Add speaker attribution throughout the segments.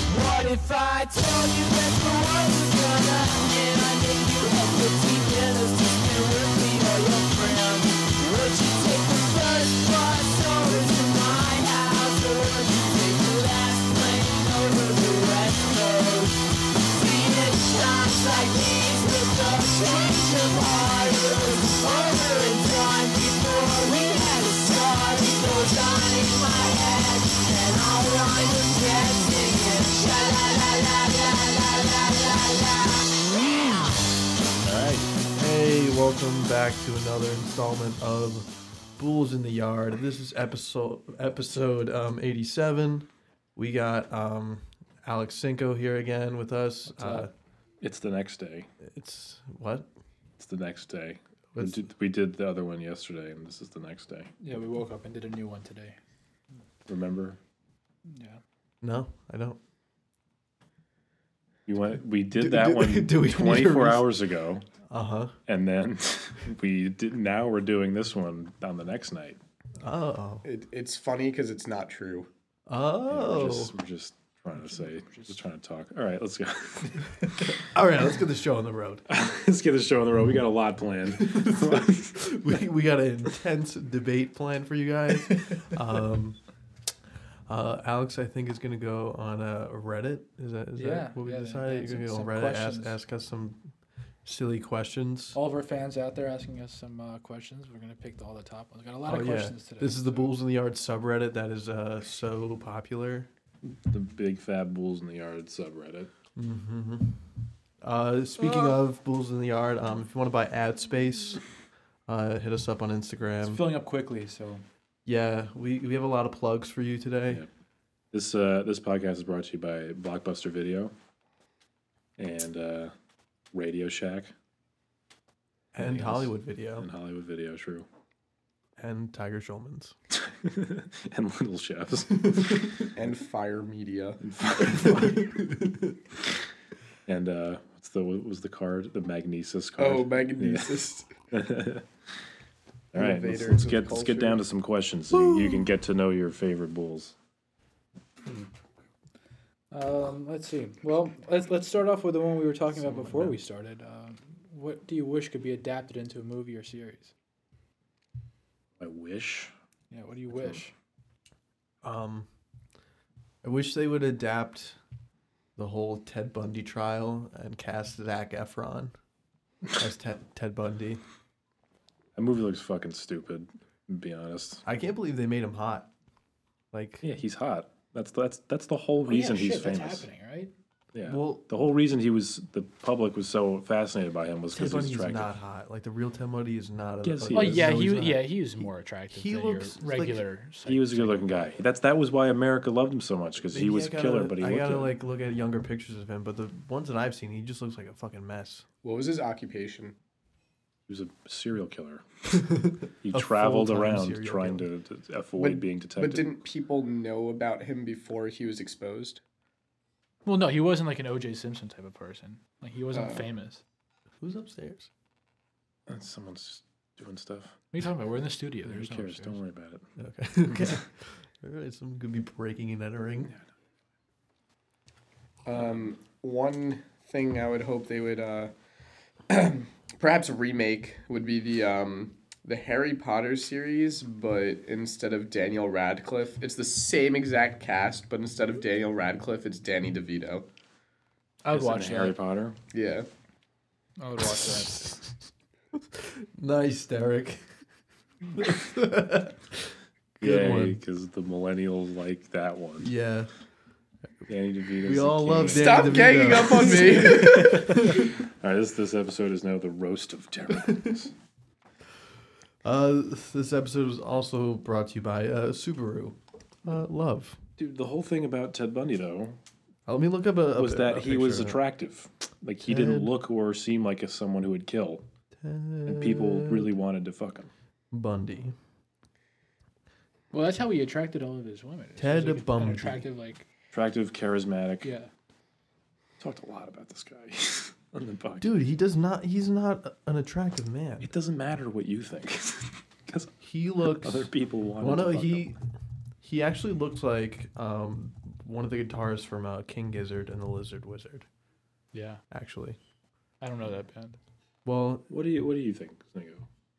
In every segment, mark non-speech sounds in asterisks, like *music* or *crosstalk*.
Speaker 1: If I told you that the world was gonna end, I think you have fifteen minutes to spend with me or your friend. Would you take the first bus over to my house, or would you take the last plane over the west coast? Phoenix shines like these with the change of heart. It was over and done before we had a start. It goes on in my head, and all I was guessing is sha la la la la la la la la.
Speaker 2: All right. Hey, welcome back to another installment of Bulls in the Yard. This is episode episode um, 87. We got um, Alex Cinco here again with us. Uh,
Speaker 3: It's the next day.
Speaker 2: it's what?
Speaker 3: It's the next day. We
Speaker 2: What's-
Speaker 3: did, we did the other one yesterday, and this is the next day.
Speaker 4: Yeah, we woke up and did a new one today.
Speaker 3: Remember,
Speaker 4: Yeah.
Speaker 2: No, I don't.
Speaker 3: you went. We did
Speaker 2: Do-
Speaker 3: that
Speaker 2: do- *laughs*
Speaker 3: one
Speaker 2: do we need to
Speaker 3: 24
Speaker 2: res-
Speaker 3: hours ago,
Speaker 2: Uh huh.
Speaker 3: and then *laughs* we did. Now we're doing this one on the next night.
Speaker 2: Oh.
Speaker 5: It, it's funny because it's not true.
Speaker 2: Oh.
Speaker 3: We're just, we're just trying to say, just trying to talk. All right, let's go. *laughs*
Speaker 2: Oh. All right, let's get the show on the road.
Speaker 3: let's get this show on the road. We got a lot
Speaker 2: *laughs*
Speaker 3: planned.
Speaker 2: we, we got an intense debate planned for you
Speaker 3: *laughs*
Speaker 2: guys. Um, uh, Alex, I think is going to go on uh, Reddit. Is that is
Speaker 4: Yeah,
Speaker 2: that what we
Speaker 4: yeah,
Speaker 2: decided?
Speaker 4: yeah,
Speaker 2: You're going to go on
Speaker 4: some- some
Speaker 2: Reddit, ask,
Speaker 4: questions.
Speaker 2: ask us some silly questions.
Speaker 4: All of our fans out there asking us some uh, questions. We're gonna pick all the top ones. Got a lot
Speaker 2: Oh,
Speaker 4: of
Speaker 2: yeah.
Speaker 4: questions today.
Speaker 2: This is the
Speaker 4: so-
Speaker 2: Bulls in the Yard subreddit that is uh, so popular.
Speaker 3: the big fat bulls in the yard subreddit. Mm-hmm.
Speaker 2: Uh, speaking of Bulls in the Yard, um, if you want to buy ad space, uh, hit us up on Instagram.
Speaker 4: It's filling up quickly, so
Speaker 2: yeah, we, we have a lot of plugs for you today.
Speaker 3: Yeah. This uh, this podcast is brought to you by Blockbuster Video and uh, Radio Shack
Speaker 2: And
Speaker 3: Yes.
Speaker 2: Hollywood Video.
Speaker 3: and Hollywood Video. True.
Speaker 2: And Tiger Schulman's.
Speaker 3: *laughs* and Little Chefs.
Speaker 5: And
Speaker 3: *laughs*
Speaker 5: Fire Media.
Speaker 3: and uh, what's the what was the card? The Magnesis card.
Speaker 5: Oh, Magnesis.
Speaker 3: All right, let's,
Speaker 5: Innovators
Speaker 3: let's
Speaker 5: of
Speaker 3: get let's get
Speaker 5: culture.
Speaker 3: down to some questions so you, you can get to know your favorite bulls.
Speaker 4: um, let's see. Well, let's let's start off with the one we were talking about before we started. Uh, what do you wish could be adapted into a movie or series?
Speaker 3: I wish.
Speaker 4: Yeah. What do you wish?
Speaker 2: Um, I wish they would adapt the whole Ted Bundy trial and cast
Speaker 4: *laughs*
Speaker 2: Zach Efron as Ted, Ted Bundy.
Speaker 3: That movie looks fucking stupid. To be honest.
Speaker 2: I can't believe they made him hot. Like,
Speaker 3: Yeah, he's hot. That's that's that's the whole
Speaker 4: Oh, yeah,
Speaker 3: reason he's
Speaker 4: shit,
Speaker 3: famous.
Speaker 4: That's happening, right?
Speaker 3: Yeah.
Speaker 2: Well-
Speaker 3: the whole reason he was the public was so fascinated by him was
Speaker 2: Ted
Speaker 3: because he's
Speaker 2: Bundy is
Speaker 3: attractive.
Speaker 2: not hot. Like the real Ted Bundy is not. A,
Speaker 3: Yes,
Speaker 2: like,
Speaker 3: he
Speaker 4: Oh
Speaker 3: is.
Speaker 4: yeah,
Speaker 2: no,
Speaker 4: he
Speaker 2: he's
Speaker 4: was,
Speaker 2: not.
Speaker 4: yeah he was more attractive
Speaker 2: He
Speaker 4: than
Speaker 2: looks like-
Speaker 4: your regular.
Speaker 3: He was a good-looking guy. That's that was why America loved him so much because he
Speaker 2: Maybe
Speaker 3: was
Speaker 2: I
Speaker 3: a
Speaker 2: gotta-
Speaker 3: killer. But he
Speaker 2: I
Speaker 3: looked
Speaker 2: gotta
Speaker 3: at-
Speaker 2: like look at younger pictures of him. But the ones that I've seen, he just looks like a
Speaker 4: *laughs*
Speaker 2: fucking mess.
Speaker 5: what was his occupation?
Speaker 3: He was a serial killer. he
Speaker 2: A
Speaker 3: traveled
Speaker 2: full-time
Speaker 3: around
Speaker 2: serial
Speaker 3: trying to, to avoid
Speaker 5: But-
Speaker 3: being detected.
Speaker 5: But didn't people know about him before he was exposed?
Speaker 4: Well, no, he wasn't like an O.J. Simpson type of person. Like he wasn't
Speaker 5: Oh.
Speaker 4: famous.
Speaker 2: Who's upstairs?
Speaker 3: Uh, Someone's doing stuff.
Speaker 4: What are you talking about? We're in the studio.
Speaker 3: Who
Speaker 4: There's no
Speaker 3: cares?
Speaker 4: upstairs.
Speaker 3: Don't worry about it.
Speaker 2: Okay. okay.
Speaker 4: *laughs*
Speaker 2: *laughs* All right, someone could be breaking and entering.
Speaker 5: Um, one thing I would hope they would uh, *clears throat* perhaps remake would be the um, the Harry Potter series, but instead of Daniel Radcliffe, it's the same exact cast, but instead of Daniel Radcliffe, it's Danny DeVito.
Speaker 4: I would
Speaker 3: Isn't
Speaker 4: watch
Speaker 3: Harry
Speaker 4: that.
Speaker 3: Potter.
Speaker 5: Yeah.
Speaker 4: I would watch
Speaker 3: *laughs*
Speaker 4: that. *laughs*
Speaker 2: Nice, Derek. Good
Speaker 3: Yay,
Speaker 2: one.
Speaker 3: because the millennials like that one.
Speaker 2: Yeah,
Speaker 3: Danny DeVito.
Speaker 2: we all love Danny
Speaker 5: Stop
Speaker 2: DeVito.
Speaker 5: ganging up on me.
Speaker 3: *laughs* All right, this this episode is now the roast of terror.
Speaker 2: Uh, this episode was also brought to you by uh, Subaru. Uh, love.
Speaker 3: Dude, the whole thing about Ted Bundy though
Speaker 2: Uh, Let me look up a. a
Speaker 3: was
Speaker 2: pi-
Speaker 3: that
Speaker 2: a
Speaker 3: he was
Speaker 2: picture.
Speaker 3: attractive. Like he didn't
Speaker 2: Ted-
Speaker 3: look or seem like a, someone who would kill,
Speaker 2: Uh,
Speaker 3: and people really wanted to fuck him.
Speaker 2: Bundy.
Speaker 4: Well, that's how he attracted all of his women. She
Speaker 2: Ted
Speaker 4: was, like, an
Speaker 2: Bundy.
Speaker 4: Attractive, like
Speaker 3: Attractive, charismatic.
Speaker 4: yeah.
Speaker 3: Talked a lot about this guy *laughs* on the podcast.
Speaker 2: Dude, he does not. He's not a- an attractive man.
Speaker 3: It doesn't matter what you *laughs* think, because
Speaker 2: He looks.
Speaker 3: other people want.
Speaker 2: Well,
Speaker 3: to
Speaker 2: no,
Speaker 3: fuck
Speaker 2: he
Speaker 3: him.
Speaker 2: he actually looks like um, one of the guitarists from uh, King Gizzard and the Lizard Wizard,
Speaker 4: Yeah,
Speaker 2: actually.
Speaker 4: I don't know that band.
Speaker 2: Well,
Speaker 3: What do you What do you think, Snego?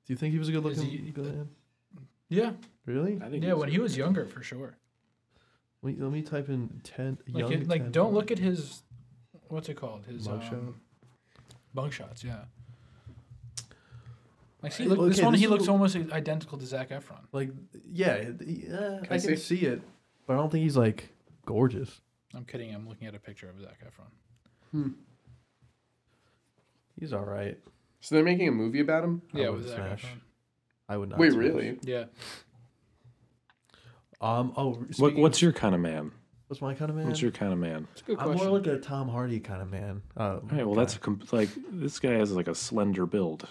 Speaker 2: do you think he was a good
Speaker 6: Is
Speaker 2: looking
Speaker 6: he-
Speaker 2: man?
Speaker 6: Yeah,
Speaker 2: Really?
Speaker 3: I think
Speaker 6: yeah. When he was younger, for sure.
Speaker 2: Let me, let me type in 10.
Speaker 6: Like,
Speaker 2: young
Speaker 6: it, like
Speaker 2: Ted
Speaker 6: don't
Speaker 2: Bundy.
Speaker 6: look at his, what's it called? His
Speaker 2: Mug shot?
Speaker 6: um, bunk shots. Yeah. Like see,
Speaker 2: Hey,
Speaker 6: look, this
Speaker 2: okay,
Speaker 6: one
Speaker 2: this
Speaker 6: he
Speaker 2: is
Speaker 6: looks
Speaker 2: what-
Speaker 6: almost identical to Zach Efron.
Speaker 2: Like, yeah, he- uh, I can
Speaker 5: I see?
Speaker 2: see it, but I don't think he's like gorgeous.
Speaker 6: I'm kidding. I'm looking at a picture of Zach Efron.
Speaker 2: He's all right.
Speaker 5: So they're making a movie about him.
Speaker 2: I
Speaker 6: yeah,
Speaker 2: would
Speaker 6: with Zach
Speaker 2: smash.
Speaker 6: Efron.
Speaker 2: I would not.
Speaker 5: Wait,
Speaker 2: smash.
Speaker 5: really?
Speaker 6: Yeah.
Speaker 2: Um. Oh,
Speaker 3: What,
Speaker 2: speaking-
Speaker 3: what's your kind of man?
Speaker 2: what's my kind of man?
Speaker 3: What's your kind of man?
Speaker 4: It's a good
Speaker 2: I'm more
Speaker 4: question.
Speaker 2: like a Tom Hardy kind of man. Uh,
Speaker 3: All right, well, that's a comp- like this guy has like a slender build.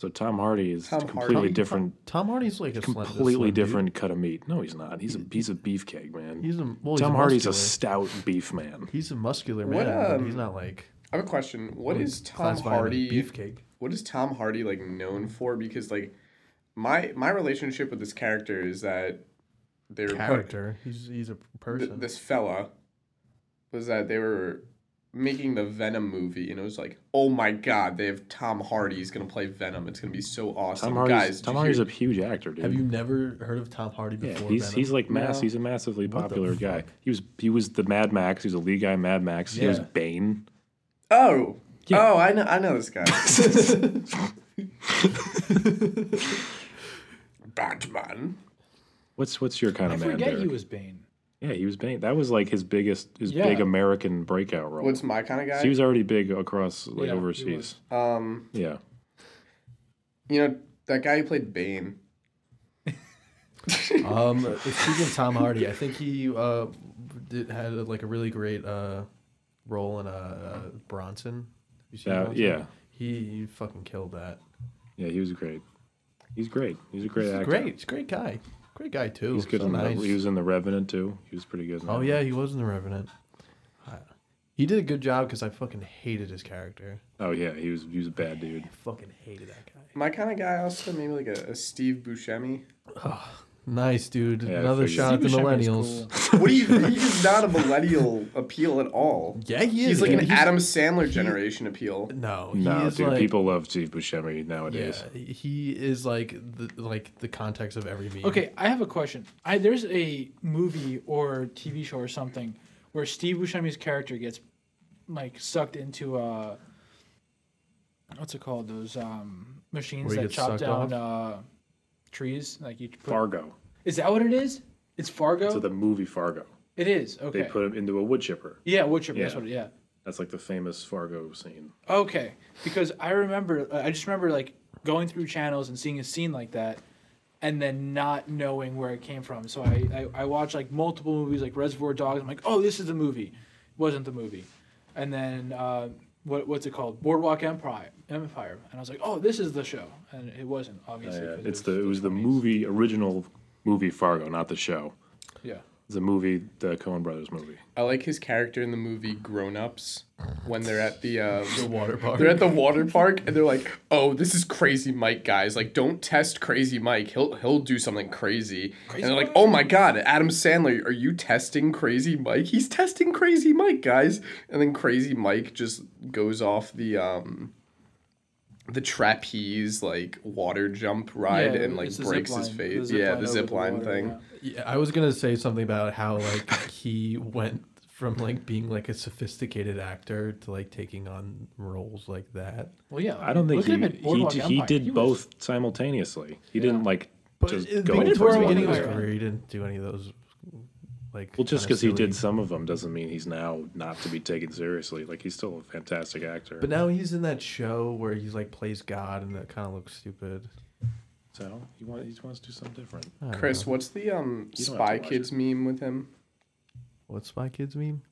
Speaker 3: So Tom Hardy is
Speaker 5: Tom
Speaker 3: completely
Speaker 5: Hardy?
Speaker 3: different,
Speaker 2: Tom Hardy's like a slim- a slim
Speaker 3: completely
Speaker 2: dude.
Speaker 3: different cut of meat. No, he's not. He's a piece of beefcake, man.
Speaker 2: He's a well,
Speaker 3: Tom
Speaker 2: he's a
Speaker 3: Hardy's a
Speaker 2: muscular.
Speaker 3: stout beef man.
Speaker 2: He's a muscular man.
Speaker 5: What,
Speaker 2: but
Speaker 5: um,
Speaker 2: he's not like
Speaker 5: I have a question. What is Tom
Speaker 2: classified as
Speaker 5: Hardy?
Speaker 2: beefcake.
Speaker 5: what is Tom Hardy like known for? Because like my my relationship with this character is that they were put-
Speaker 2: Character. He's he's a
Speaker 5: th-
Speaker 2: person.
Speaker 5: this fella was that they were making the Venom movie and it was like, oh my god, they have Tom Hardy. He's gonna play Venom. It's gonna be so awesome,
Speaker 3: Tom Hardy's,
Speaker 5: guys.
Speaker 3: Tom
Speaker 5: did you
Speaker 3: Hardy's
Speaker 5: hear-
Speaker 3: a huge actor, dude.
Speaker 2: Have you never heard of Tom Hardy
Speaker 3: yeah,
Speaker 2: before?
Speaker 3: he's
Speaker 2: Venom?
Speaker 3: he's like mass.
Speaker 5: No.
Speaker 3: He's a massively
Speaker 2: the
Speaker 3: popular guy. He was he was the Mad Max. He was a lead guy, in Mad Max. He was
Speaker 6: Yeah.
Speaker 3: Bane.
Speaker 5: oh
Speaker 3: Yeah.
Speaker 5: oh I know I know this guy.
Speaker 3: *laughs*
Speaker 5: *laughs* Batman.
Speaker 3: What's what's your kind
Speaker 4: I
Speaker 3: of man?
Speaker 4: forget he
Speaker 3: Derek?
Speaker 4: was Bane.
Speaker 3: yeah, he was Bane. That was like his biggest, his
Speaker 4: Yeah.
Speaker 3: big American breakout role.
Speaker 5: What's my kind of guy?
Speaker 3: So he was already big across
Speaker 4: Yeah,
Speaker 3: like
Speaker 4: he
Speaker 3: overseas.
Speaker 4: was.
Speaker 5: um,
Speaker 3: Yeah.
Speaker 5: you know that guy who played Bane.
Speaker 2: *laughs* Um, uh, speaking of Tom Hardy, I think he uh did, had uh, like a really great uh role in uh, uh Bronson. You seen
Speaker 3: Yeah,
Speaker 2: Bronson?
Speaker 3: yeah.
Speaker 2: He, he fucking killed that.
Speaker 3: Yeah, he was great. He's great. He's a great
Speaker 2: He's
Speaker 3: actor.
Speaker 2: great. He's a great guy. Great guy too.
Speaker 3: He's good
Speaker 2: So
Speaker 3: in the,
Speaker 2: nice.
Speaker 3: he was in The Revenant too. He was pretty good in
Speaker 2: Oh
Speaker 3: that.
Speaker 2: yeah, he was in the Revenant. I- He did a good job because I fucking hated his character.
Speaker 3: Oh yeah, he was he was a bad dude.
Speaker 2: I fucking hated that guy.
Speaker 5: My kind of guy also maybe like a, a Steve Buscemi.
Speaker 2: Nice dude.
Speaker 3: I
Speaker 2: Another
Speaker 3: figured.
Speaker 2: shot at the
Speaker 4: Steve Buscemi is
Speaker 2: millennials.
Speaker 4: cool.
Speaker 5: What do you? He's not a millennial appeal at all.
Speaker 2: Yeah, he is.
Speaker 5: He's like
Speaker 2: dude.
Speaker 5: an Adam Sandler generation appeal.
Speaker 2: No, he
Speaker 3: No,
Speaker 2: is
Speaker 3: dude,
Speaker 2: like,
Speaker 3: people love Steve Buscemi nowadays.
Speaker 2: Yeah, he is like the like the context of every meme.
Speaker 4: Okay, I have a question. I there's a movie or TV show or something where Steve Buscemi's character gets like sucked into uh what's it called? Those um machines
Speaker 2: Where he
Speaker 4: that
Speaker 2: gets
Speaker 4: chop
Speaker 2: sucked
Speaker 4: down uh trees. Like you put
Speaker 3: Fargo.
Speaker 4: Is that what it is? It's Fargo?
Speaker 3: So the movie Fargo.
Speaker 4: it is.
Speaker 3: They
Speaker 4: Okay.
Speaker 3: put him into a wood chipper.
Speaker 4: yeah, Woodchip, that's
Speaker 3: Yeah.
Speaker 4: what it yeah.
Speaker 3: That's like the famous Fargo scene.
Speaker 4: Okay, because I remember, uh, I just remember like going through channels and seeing a scene like that, and then not knowing where it came from. So I, I, I watched like multiple movies, like Reservoir Dogs. I'm like, oh, this is the movie, wasn't the movie, and then uh, what what's it called? Boardwalk Empire, Empire, and I was like, oh, this is the show, and it wasn't
Speaker 3: Oh, Yeah,
Speaker 4: obviously. 'cause
Speaker 3: it's the it was the
Speaker 4: 20s.
Speaker 3: movie original movie Fargo, not the show.
Speaker 4: Yeah,
Speaker 3: It's a movie, the Coen Brothers movie.
Speaker 5: I like his character in the movie Grown Ups when they're at the uh,
Speaker 2: water park.
Speaker 5: they're at the water park and they're like, "Oh, this is Crazy Mike, guys! Like, don't test Crazy Mike. He'll he'll do something crazy." and they're like, "Oh my God, Adam Sandler, are you testing Crazy Mike? He's testing Crazy Mike, guys!" And then Crazy Mike just goes off the um the trapeze like water jump ride
Speaker 4: Yeah,
Speaker 5: and like
Speaker 4: it's the
Speaker 5: breaks
Speaker 4: zip
Speaker 5: his
Speaker 4: line-
Speaker 5: face.
Speaker 4: the zip
Speaker 5: yeah,
Speaker 4: line
Speaker 5: the
Speaker 4: over
Speaker 5: zip
Speaker 4: the
Speaker 5: line
Speaker 4: water,
Speaker 5: thing.
Speaker 4: yeah.
Speaker 2: Yeah, I was gonna say something about how like he went from like being like a sophisticated actor to like taking on roles like that.
Speaker 4: Well, yeah.
Speaker 3: I don't think
Speaker 4: look at him at
Speaker 3: he, he,
Speaker 4: Boardwalk
Speaker 3: d- he
Speaker 4: Empire.
Speaker 3: did
Speaker 4: was-
Speaker 3: both simultaneously. He didn't like
Speaker 2: But
Speaker 3: just
Speaker 2: it,
Speaker 3: go.
Speaker 2: but
Speaker 4: did
Speaker 2: towards
Speaker 3: towards
Speaker 4: Boardwalk
Speaker 2: the
Speaker 3: one
Speaker 2: beginning of his
Speaker 3: direction.
Speaker 4: Empire.
Speaker 2: career, he didn't do any of those like.
Speaker 3: Well, just
Speaker 2: kinda
Speaker 3: because he
Speaker 2: silly-
Speaker 3: did some of them doesn't mean he's now not to be taken seriously. Like he's still a fantastic actor.
Speaker 2: But now he's in that show where he's like plays God, and that kind of looks stupid.
Speaker 3: so he wants he just wants to do something different.
Speaker 5: Chris, what's the
Speaker 3: You
Speaker 5: um
Speaker 3: don't have to
Speaker 5: Spy
Speaker 3: watch
Speaker 5: Kids meme with him?
Speaker 2: What's Spy Kids meme?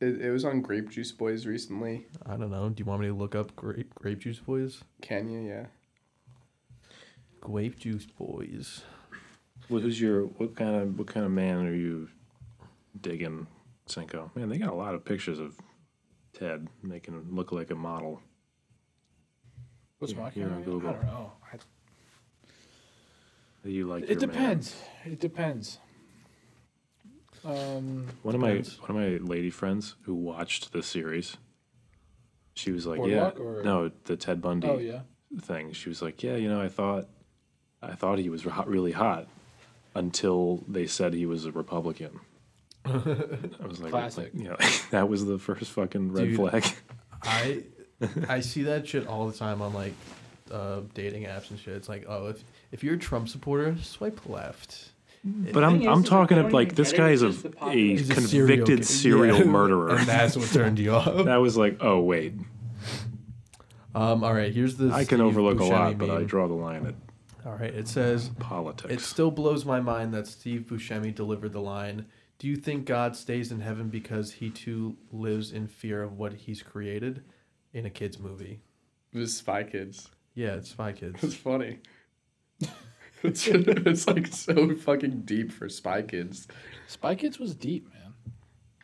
Speaker 5: It, it was on Grape Juice Boys recently.
Speaker 2: I don't know. Do you want me to look up grape, grape juice boys?
Speaker 5: Kenya, yeah.
Speaker 2: Grape juice boys.
Speaker 3: Well, who's your what kind of what kind of man are you digging, Cinco? Man, they got a lot of pictures of Ted making him look like a model.
Speaker 4: What's my
Speaker 3: Here on
Speaker 4: camera?
Speaker 3: Google.
Speaker 4: I don't know. I-
Speaker 3: That you like?
Speaker 4: it
Speaker 3: your man.
Speaker 4: depends. It depends.
Speaker 7: Um,
Speaker 3: One of my
Speaker 2: Depends.
Speaker 3: one of my lady friends who watched the series, she was like,
Speaker 7: Boardwalk
Speaker 3: "Yeah,
Speaker 7: or-
Speaker 3: no, the Ted Bundy
Speaker 7: oh yeah.
Speaker 3: thing." She was like, "Yeah, you know, I thought, I thought he was hot, really hot, until they said he was a Republican." I was like,
Speaker 7: Classic.
Speaker 3: *laughs* Yeah, that was the first fucking red
Speaker 2: Dude.
Speaker 3: flag.
Speaker 2: I I see that shit all the time on like uh, dating apps and shit. It's like, oh, if if you're a Trump supporter, swipe left.
Speaker 3: But I'm
Speaker 1: thing
Speaker 3: I'm
Speaker 1: is, is
Speaker 3: talking
Speaker 1: like,
Speaker 3: of
Speaker 1: they don't
Speaker 3: like
Speaker 1: even
Speaker 3: this
Speaker 1: get it,
Speaker 3: guy
Speaker 1: it's
Speaker 3: is a,
Speaker 1: just the
Speaker 3: a
Speaker 1: popular- He's
Speaker 2: a serial
Speaker 3: convicted
Speaker 2: kid.
Speaker 3: serial,
Speaker 2: Yeah. *laughs*
Speaker 3: murderer.
Speaker 2: and that's what turned you off.
Speaker 3: That was like, oh wait,
Speaker 2: Um, all right, here's the.
Speaker 3: I can
Speaker 2: Steve
Speaker 3: overlook a lot,
Speaker 2: Buscemi
Speaker 3: but I
Speaker 2: meme.
Speaker 3: draw the line at
Speaker 2: All right, it says
Speaker 3: politics.
Speaker 2: It still blows my mind that Steve Buscemi delivered the line. Do you think God stays in heaven because he too lives in fear of what he's created? In a kids movie.
Speaker 5: It was Spy Kids.
Speaker 2: Yeah, it's Spy
Speaker 5: It's *laughs*
Speaker 2: Kids.
Speaker 5: funny. it's, it's like so fucking deep for Spy Kids.
Speaker 6: Spy Kids was deep, man.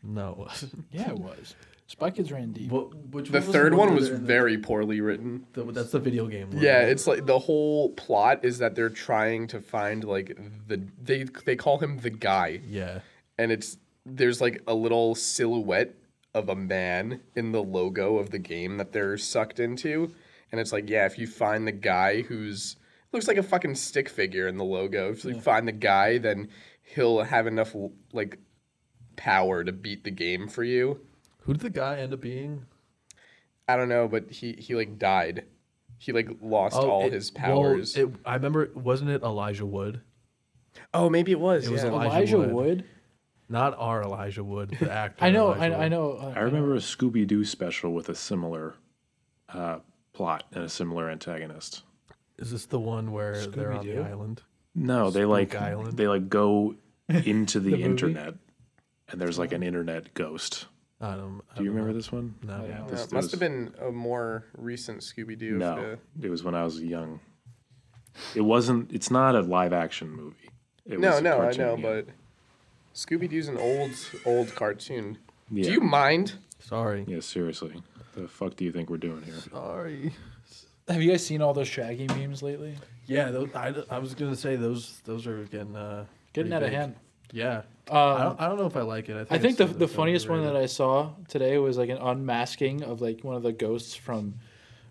Speaker 2: No, *laughs* it wasn't.
Speaker 6: Yeah, it was. Spy Kids ran deep.
Speaker 2: What, which
Speaker 5: The
Speaker 2: was
Speaker 5: third one
Speaker 2: where
Speaker 5: was
Speaker 2: they're in
Speaker 5: very poorly written.
Speaker 2: The, the, that's the video game one.
Speaker 5: Yeah, it's like the whole plot is that they're trying to find like the they they call him the guy,
Speaker 2: Yeah.
Speaker 5: and it's there's like a little silhouette of a man in the logo of the game that they're sucked into, and it's like yeah, if you find the guy who's looks like a fucking stick figure in the logo, if you find the guy, then he'll have enough like power to beat the game for you.
Speaker 2: Who did the guy end up being?
Speaker 5: I don't know, but he he like died. He like lost all
Speaker 2: Oh, it-
Speaker 5: his
Speaker 2: well,
Speaker 5: powers.
Speaker 2: it, I remember, wasn't it Elijah Wood?
Speaker 5: oh, maybe it was.
Speaker 2: It was
Speaker 5: yeah.
Speaker 2: Elijah
Speaker 6: Elijah
Speaker 2: Wood.
Speaker 6: Wood.
Speaker 2: Not our Elijah Wood, the actor.
Speaker 6: I know.
Speaker 2: Elijah
Speaker 6: I, I
Speaker 2: Wood.
Speaker 6: know. uh,
Speaker 3: I remember a Scooby Doo special with a similar uh, plot and a similar antagonist.
Speaker 2: Is this the one where they're on the
Speaker 6: Scooby-Doo?
Speaker 2: island?
Speaker 3: No, they like
Speaker 2: Island?
Speaker 3: they like go
Speaker 6: *laughs*
Speaker 3: into the, internet, and there's like an internet ghost.
Speaker 2: I don't. I
Speaker 3: Do you
Speaker 2: don't
Speaker 3: remember this one?
Speaker 2: know. No.
Speaker 5: Yeah,
Speaker 3: This-
Speaker 5: it must
Speaker 3: this-
Speaker 5: have been a more recent Scooby Doo.
Speaker 3: No, it was when I was young. It wasn't. It's not a live action movie. It
Speaker 5: no,
Speaker 3: was a
Speaker 5: no, I
Speaker 3: cartoon
Speaker 5: know,
Speaker 3: game.
Speaker 5: but Scooby Doo's an old, old cartoon.
Speaker 3: Yeah.
Speaker 5: Do you mind?
Speaker 2: Sorry.
Speaker 3: yeah, seriously, the fuck do you think we're doing here?
Speaker 2: Sorry.
Speaker 6: Have you guys seen all those Shaggy memes lately?
Speaker 2: Yeah, those, I, I was gonna say those those are getting uh,
Speaker 6: Getting
Speaker 2: pretty
Speaker 6: out of
Speaker 2: big.
Speaker 6: hand.
Speaker 2: Yeah, I,
Speaker 6: Um,
Speaker 2: don't, I don't know if I like it. I think,
Speaker 6: I think
Speaker 2: it's
Speaker 6: the
Speaker 2: something
Speaker 6: the
Speaker 2: that's
Speaker 6: funniest one that
Speaker 2: overrated.
Speaker 6: I saw today was like an unmasking of like one of the ghosts from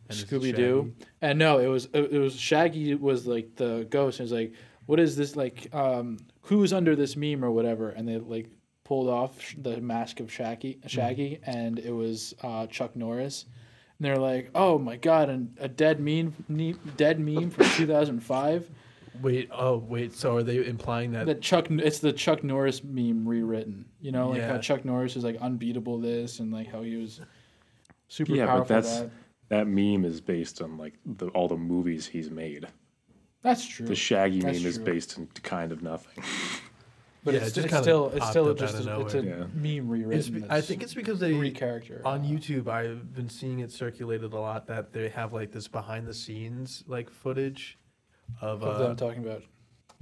Speaker 2: And is it
Speaker 6: Scooby Doo, and no, it was it was Shaggy was like the ghost. And it was like, what is this like? Um, who's under this meme or whatever? And they like pulled off sh- the mask of Shaggy, Shaggy, and it was uh, Chuck Norris. And they're like, oh my god, and a dead meme, ne- dead meme from 2005.
Speaker 2: Wait, oh wait. So are they implying that?
Speaker 6: That Chuck, it's the Chuck Norris meme rewritten. You know, like
Speaker 2: Yeah.
Speaker 6: how Chuck Norris is like unbeatable this, and like how he was super
Speaker 3: Yeah, but
Speaker 6: powerful.
Speaker 3: that's
Speaker 6: that.
Speaker 3: that. meme is based on like the, all the movies he's made.
Speaker 6: that's true.
Speaker 3: The Shaggy
Speaker 6: That's
Speaker 3: meme is
Speaker 6: true.
Speaker 3: based in kind of nothing.
Speaker 6: but
Speaker 2: Yeah,
Speaker 6: it's,
Speaker 2: it just
Speaker 6: it's
Speaker 2: kinda
Speaker 6: still it's
Speaker 2: popped
Speaker 6: still
Speaker 2: up
Speaker 6: just
Speaker 2: out of
Speaker 6: a, it's a
Speaker 3: nowhere. Yeah.
Speaker 6: meme
Speaker 2: it's,
Speaker 6: rewritten.
Speaker 2: be- I think it's because they
Speaker 6: re-character
Speaker 2: on YouTube. I've been seeing it circulated a lot that they have like this behind the scenes like footage of
Speaker 6: of
Speaker 2: uh,
Speaker 6: them talking about.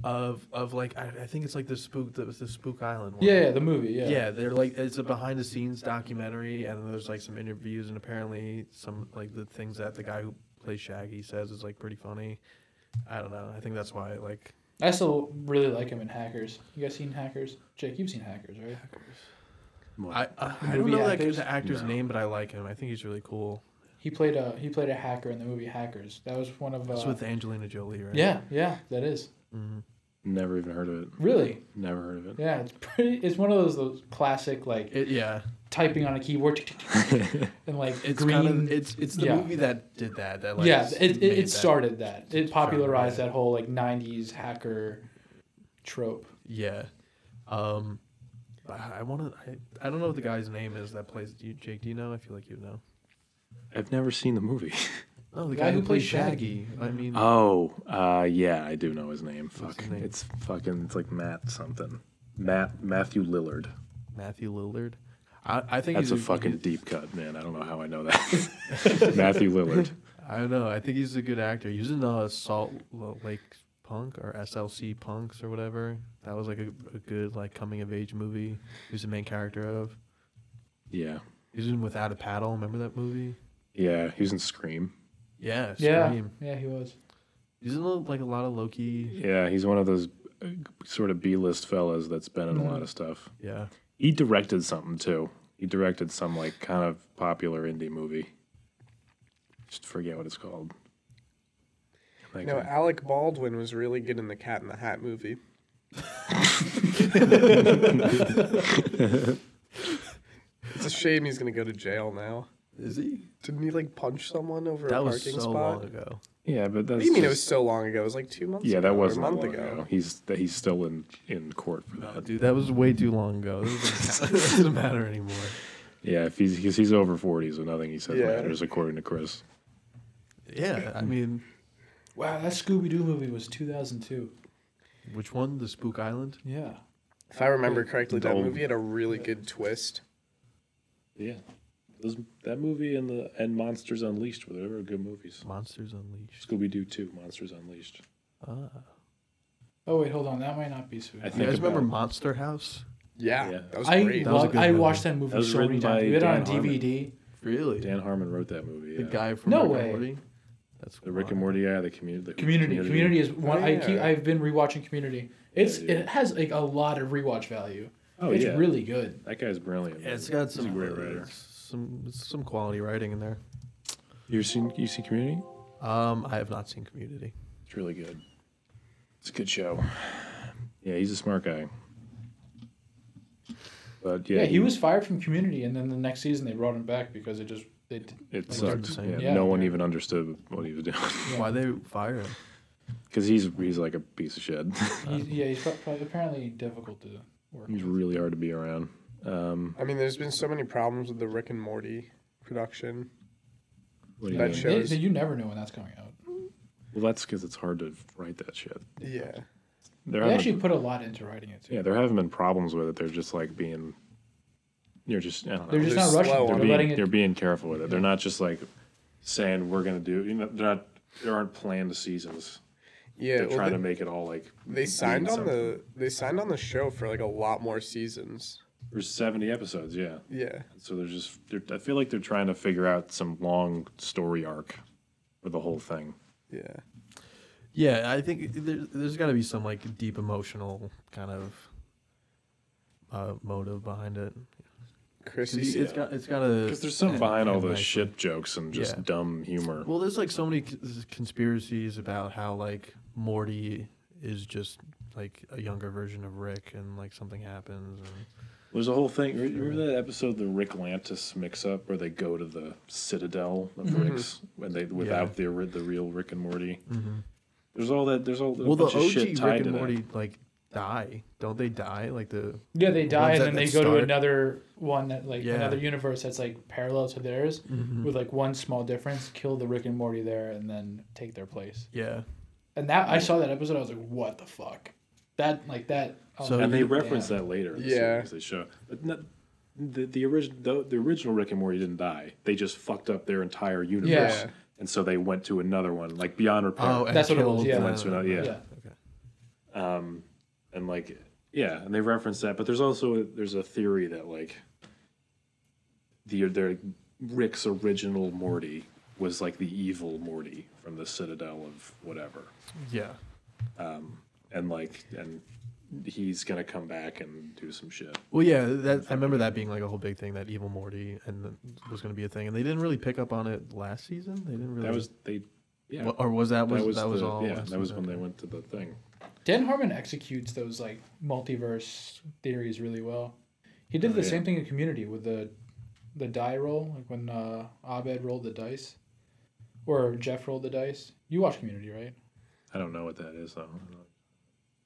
Speaker 2: of of like I, I think it's like the spook that was the Spook Island one.
Speaker 6: Yeah, yeah, the movie. Yeah.
Speaker 2: Yeah. they're like it's a behind the scenes documentary, and there's like some interviews, and apparently some like the things that the guy who plays Shaggy says is like pretty funny. I don't know. I think that's why like
Speaker 6: I still really like him in Hackers. You guys seen Hackers? Jake, you've seen Hackers, right?
Speaker 2: I uh, I, I don't
Speaker 6: movie
Speaker 2: know that
Speaker 6: actors?
Speaker 2: the actor's name, but I like him. I think he's really cool.
Speaker 6: He played a he played a hacker in the movie Hackers. That was one of. Uh,
Speaker 2: It's with Angelina Jolie, right?
Speaker 6: yeah, yeah, that is
Speaker 3: Never even heard of it.
Speaker 6: really.
Speaker 3: Never heard of it.
Speaker 6: Yeah, it's pretty. It's one of those those classic like
Speaker 2: It, yeah,
Speaker 6: typing on a keyboard and like
Speaker 2: it's
Speaker 6: green.
Speaker 2: kind of it's it's the
Speaker 6: yeah.
Speaker 2: movie that did that. That like,
Speaker 6: yeah, it, it,
Speaker 2: made
Speaker 6: it
Speaker 2: that.
Speaker 6: started that. It popularized
Speaker 2: that.
Speaker 6: that whole like '90s hacker trope.
Speaker 2: Yeah, um, I, I want to. I, I don't know what the guy's name is that plays. Do you, Jake, do you know? I feel like you know.
Speaker 3: I've never seen the movie. *laughs*
Speaker 2: Oh, the guy, who plays Shaggy. I mean,
Speaker 3: Oh, uh, yeah, I do know his name. Fuck,
Speaker 2: his name?
Speaker 3: it's fucking. It's like Matt something. Matt Matthew Lillard.
Speaker 2: Matthew Lillard. I, I think
Speaker 3: That's a
Speaker 2: he's
Speaker 3: fucking deep cut, man. I don't know how I know that. *laughs* Matthew Lillard.
Speaker 2: I don't know. I think he's a good actor. He was in uh, Salt L- Lake Punk or SLC Punks or whatever. That was like a, a good like coming of age movie. He was the main character of.
Speaker 3: Yeah,
Speaker 2: He was in Without a Paddle. Remember that movie?
Speaker 3: yeah. He was in Scream.
Speaker 2: Yeah.
Speaker 6: Yeah,
Speaker 2: Scream.
Speaker 6: yeah, he was.
Speaker 2: He's in a- like a lot of Loki.
Speaker 3: Yeah, he's one of those uh, sort of B list fellas that's been in a lot of stuff.
Speaker 2: Yeah.
Speaker 3: He directed something too. He directed some like kind of popular indie movie. Just forget what it's called. Like,
Speaker 5: No, Alec Baldwin was really good in the Cat in the Hat movie. it's a shame he's gonna go to jail now.
Speaker 2: Is he?
Speaker 5: Didn't he like punch someone over a
Speaker 2: That was
Speaker 5: parking
Speaker 2: so
Speaker 5: spot?
Speaker 2: long ago.
Speaker 3: yeah, but that's
Speaker 5: What do you mean it was
Speaker 3: just-
Speaker 5: so long ago? It was like two months.
Speaker 3: yeah,
Speaker 5: ago
Speaker 3: that
Speaker 5: or
Speaker 3: wasn't
Speaker 5: a month
Speaker 3: long ago. He's that he's still in in court for that.
Speaker 2: Dude, that was way too long ago. It *laughs* doesn't, it doesn't matter anymore.
Speaker 3: Yeah, if he's he's, he's over forty, so nothing he says
Speaker 5: Yeah.
Speaker 3: matters according to Chris.
Speaker 2: Yeah, I mean,
Speaker 4: Wow, that Scooby Doo movie was 2002.
Speaker 2: which one? The Spook Island?
Speaker 4: Yeah.
Speaker 5: If I remember correctly, that
Speaker 3: No.
Speaker 5: movie had a really good twist.
Speaker 3: Yeah, that movie and the and Monsters Unleashed were they were good movies.
Speaker 2: Monsters Unleashed.
Speaker 3: Scooby Doo Two, Monsters Unleashed.
Speaker 2: Ah.
Speaker 6: Oh wait, hold on. That might not be
Speaker 3: I
Speaker 6: Scooby.
Speaker 2: You
Speaker 3: think
Speaker 2: guys remember
Speaker 3: about-
Speaker 2: Monster House?
Speaker 5: Yeah,
Speaker 3: Yeah.
Speaker 5: that was
Speaker 4: I
Speaker 5: great.
Speaker 2: That was a
Speaker 4: lo-
Speaker 2: good
Speaker 4: I
Speaker 2: movie.
Speaker 4: watched that
Speaker 3: That
Speaker 4: movie
Speaker 3: was
Speaker 4: so many
Speaker 3: written by
Speaker 4: times. We had it on
Speaker 3: Dan Harmon.
Speaker 4: DVD.
Speaker 2: Really?
Speaker 3: Dan Harmon wrote that movie.
Speaker 2: The
Speaker 3: yeah.
Speaker 2: guy from
Speaker 4: No
Speaker 2: Rick
Speaker 4: way.
Speaker 2: and Morty? That's
Speaker 3: the Rick and
Speaker 2: wild.
Speaker 3: Morty guy, the community, the
Speaker 4: Community. Community is one. I keep,
Speaker 5: yeah.
Speaker 4: I've been rewatching Community. It's
Speaker 3: Yeah, yeah.
Speaker 4: it has like a lot of rewatch value.
Speaker 3: Oh
Speaker 4: it's
Speaker 3: yeah,
Speaker 4: really good.
Speaker 3: that guy's brilliant.
Speaker 2: Yeah, it's got some
Speaker 3: a great
Speaker 2: uh,
Speaker 3: writer.
Speaker 2: Some some quality writing in there.
Speaker 3: You seen you seen Community?
Speaker 2: Um, I have not seen Community.
Speaker 3: It's really good. It's a good show. Yeah, he's a smart guy. But yeah,
Speaker 6: Yeah, he was fired from Community, and then the next season they brought him back because it just they did,
Speaker 3: It
Speaker 2: they're the
Speaker 3: sucked.
Speaker 2: same.
Speaker 3: Yeah,
Speaker 6: Yeah.
Speaker 3: no one even understood what he was doing *laughs*
Speaker 2: Why they fire him?
Speaker 3: because he's he's like a piece of shit.
Speaker 6: he's, yeah he's pro- pro- apparently difficult to work.
Speaker 3: he's really hard to be around. Um,
Speaker 5: I mean, there's been so many problems with the Rick and Morty production.
Speaker 3: what do you
Speaker 5: That
Speaker 3: mean?
Speaker 5: shit-
Speaker 6: They,
Speaker 5: shows.
Speaker 6: they- you never know when that's coming out.
Speaker 3: well, that's because it's hard to write that shit.
Speaker 5: Yeah,
Speaker 3: There
Speaker 6: They
Speaker 3: haven't-
Speaker 6: actually put a lot into writing it too.
Speaker 3: yeah, there haven't been problems with it. They're just like being, you're just I don't know.
Speaker 6: They're just
Speaker 5: They're
Speaker 6: not rushing.
Speaker 5: slow
Speaker 6: it.
Speaker 5: on
Speaker 6: They're
Speaker 3: they're
Speaker 6: letting
Speaker 3: being,
Speaker 6: it.
Speaker 3: they're being careful with it. They're not just like saying we're gonna do. You know, they're not. There aren't planned seasons.
Speaker 5: yeah.
Speaker 3: they're
Speaker 5: well,
Speaker 3: trying
Speaker 5: they-
Speaker 3: to make it all like
Speaker 5: they signed on
Speaker 3: something.
Speaker 5: the they signed on the show for like a lot more seasons.
Speaker 3: there's 70 episodes. Yeah.
Speaker 5: Yeah,
Speaker 3: So there's just they're, I feel like they're trying to figure out some long story arc for the whole thing.
Speaker 5: yeah.
Speaker 2: Yeah, I think there, there's got to be some like deep emotional kind of uh, motive behind it.
Speaker 5: Chris,
Speaker 2: 'Cause you- It's got it's got to
Speaker 3: Because there's something behind all those
Speaker 2: those
Speaker 3: shit jokes and just
Speaker 2: Yeah.
Speaker 3: dumb humor.
Speaker 2: Well, there's like so many c- conspiracies about how like Morty is just like a younger version of Rick, and like something happens. And
Speaker 3: There's a whole thing. re- Remember that episode, the Rick Lantis mix-up, where they go to the Citadel of
Speaker 2: Mm-hmm.
Speaker 3: Ricks when they without the ori- the real Rick and Morty. There's all that. There's all
Speaker 2: Mm-hmm.
Speaker 3: there's
Speaker 2: well,
Speaker 3: a
Speaker 2: the
Speaker 3: bunch of shit
Speaker 2: OG
Speaker 3: tied
Speaker 2: Rick
Speaker 3: to
Speaker 2: and
Speaker 3: that.
Speaker 2: Morty like die, don't they die? Like the
Speaker 4: Yeah, they die
Speaker 2: ones
Speaker 4: and
Speaker 2: that-
Speaker 4: then they
Speaker 2: that
Speaker 4: go to
Speaker 2: start-
Speaker 4: another one that like
Speaker 2: Yeah. Mm-hmm.
Speaker 4: another universe that's like parallel to theirs with like one small difference. Kill the Rick and Morty there and then take their place.
Speaker 2: Yeah,
Speaker 4: And that I saw that episode. I was like, what the fuck? That like that.
Speaker 6: oh
Speaker 4: I'll
Speaker 2: So-
Speaker 4: never
Speaker 3: and they
Speaker 4: get down.
Speaker 3: reference that later. In the
Speaker 5: Yeah.
Speaker 3: series they show, but not, the the original the, the original Rick and Morty didn't die. They just fucked up their entire universe,
Speaker 4: Yeah.
Speaker 3: and so they went to another one, like Beyond Repair.
Speaker 2: oh, and
Speaker 4: That's what it was,
Speaker 2: killed
Speaker 4: yeah.
Speaker 2: the-
Speaker 3: Went to another- yeah.
Speaker 4: Yeah.
Speaker 2: Okay.
Speaker 3: and like yeah, and they reference that. But there's also there's a theory that like the their Rick's original Morty was like the evil Morty from the Citadel of whatever.
Speaker 2: yeah.
Speaker 3: and like and he's gonna come back and do some shit.
Speaker 2: Well, yeah, that I remember that being like a whole big thing that Evil Morty and the, was going to be a thing, and they didn't really pick up on it last season. They didn't really.
Speaker 3: That was they. Yeah,
Speaker 2: Wha- or was that Hmm. was
Speaker 3: that was, the,
Speaker 2: all?
Speaker 3: Yeah,
Speaker 2: last
Speaker 3: that was
Speaker 2: season?
Speaker 3: when they went to the thing.
Speaker 6: Dan Harmon executes those like multiverse theories really well. He did
Speaker 3: Oh,
Speaker 6: the
Speaker 3: yeah.
Speaker 6: same thing in Community with the the die roll, like when uh, Abed rolled the dice, or Jeff rolled the dice. You watch Community, right?
Speaker 3: I don't know what that is though.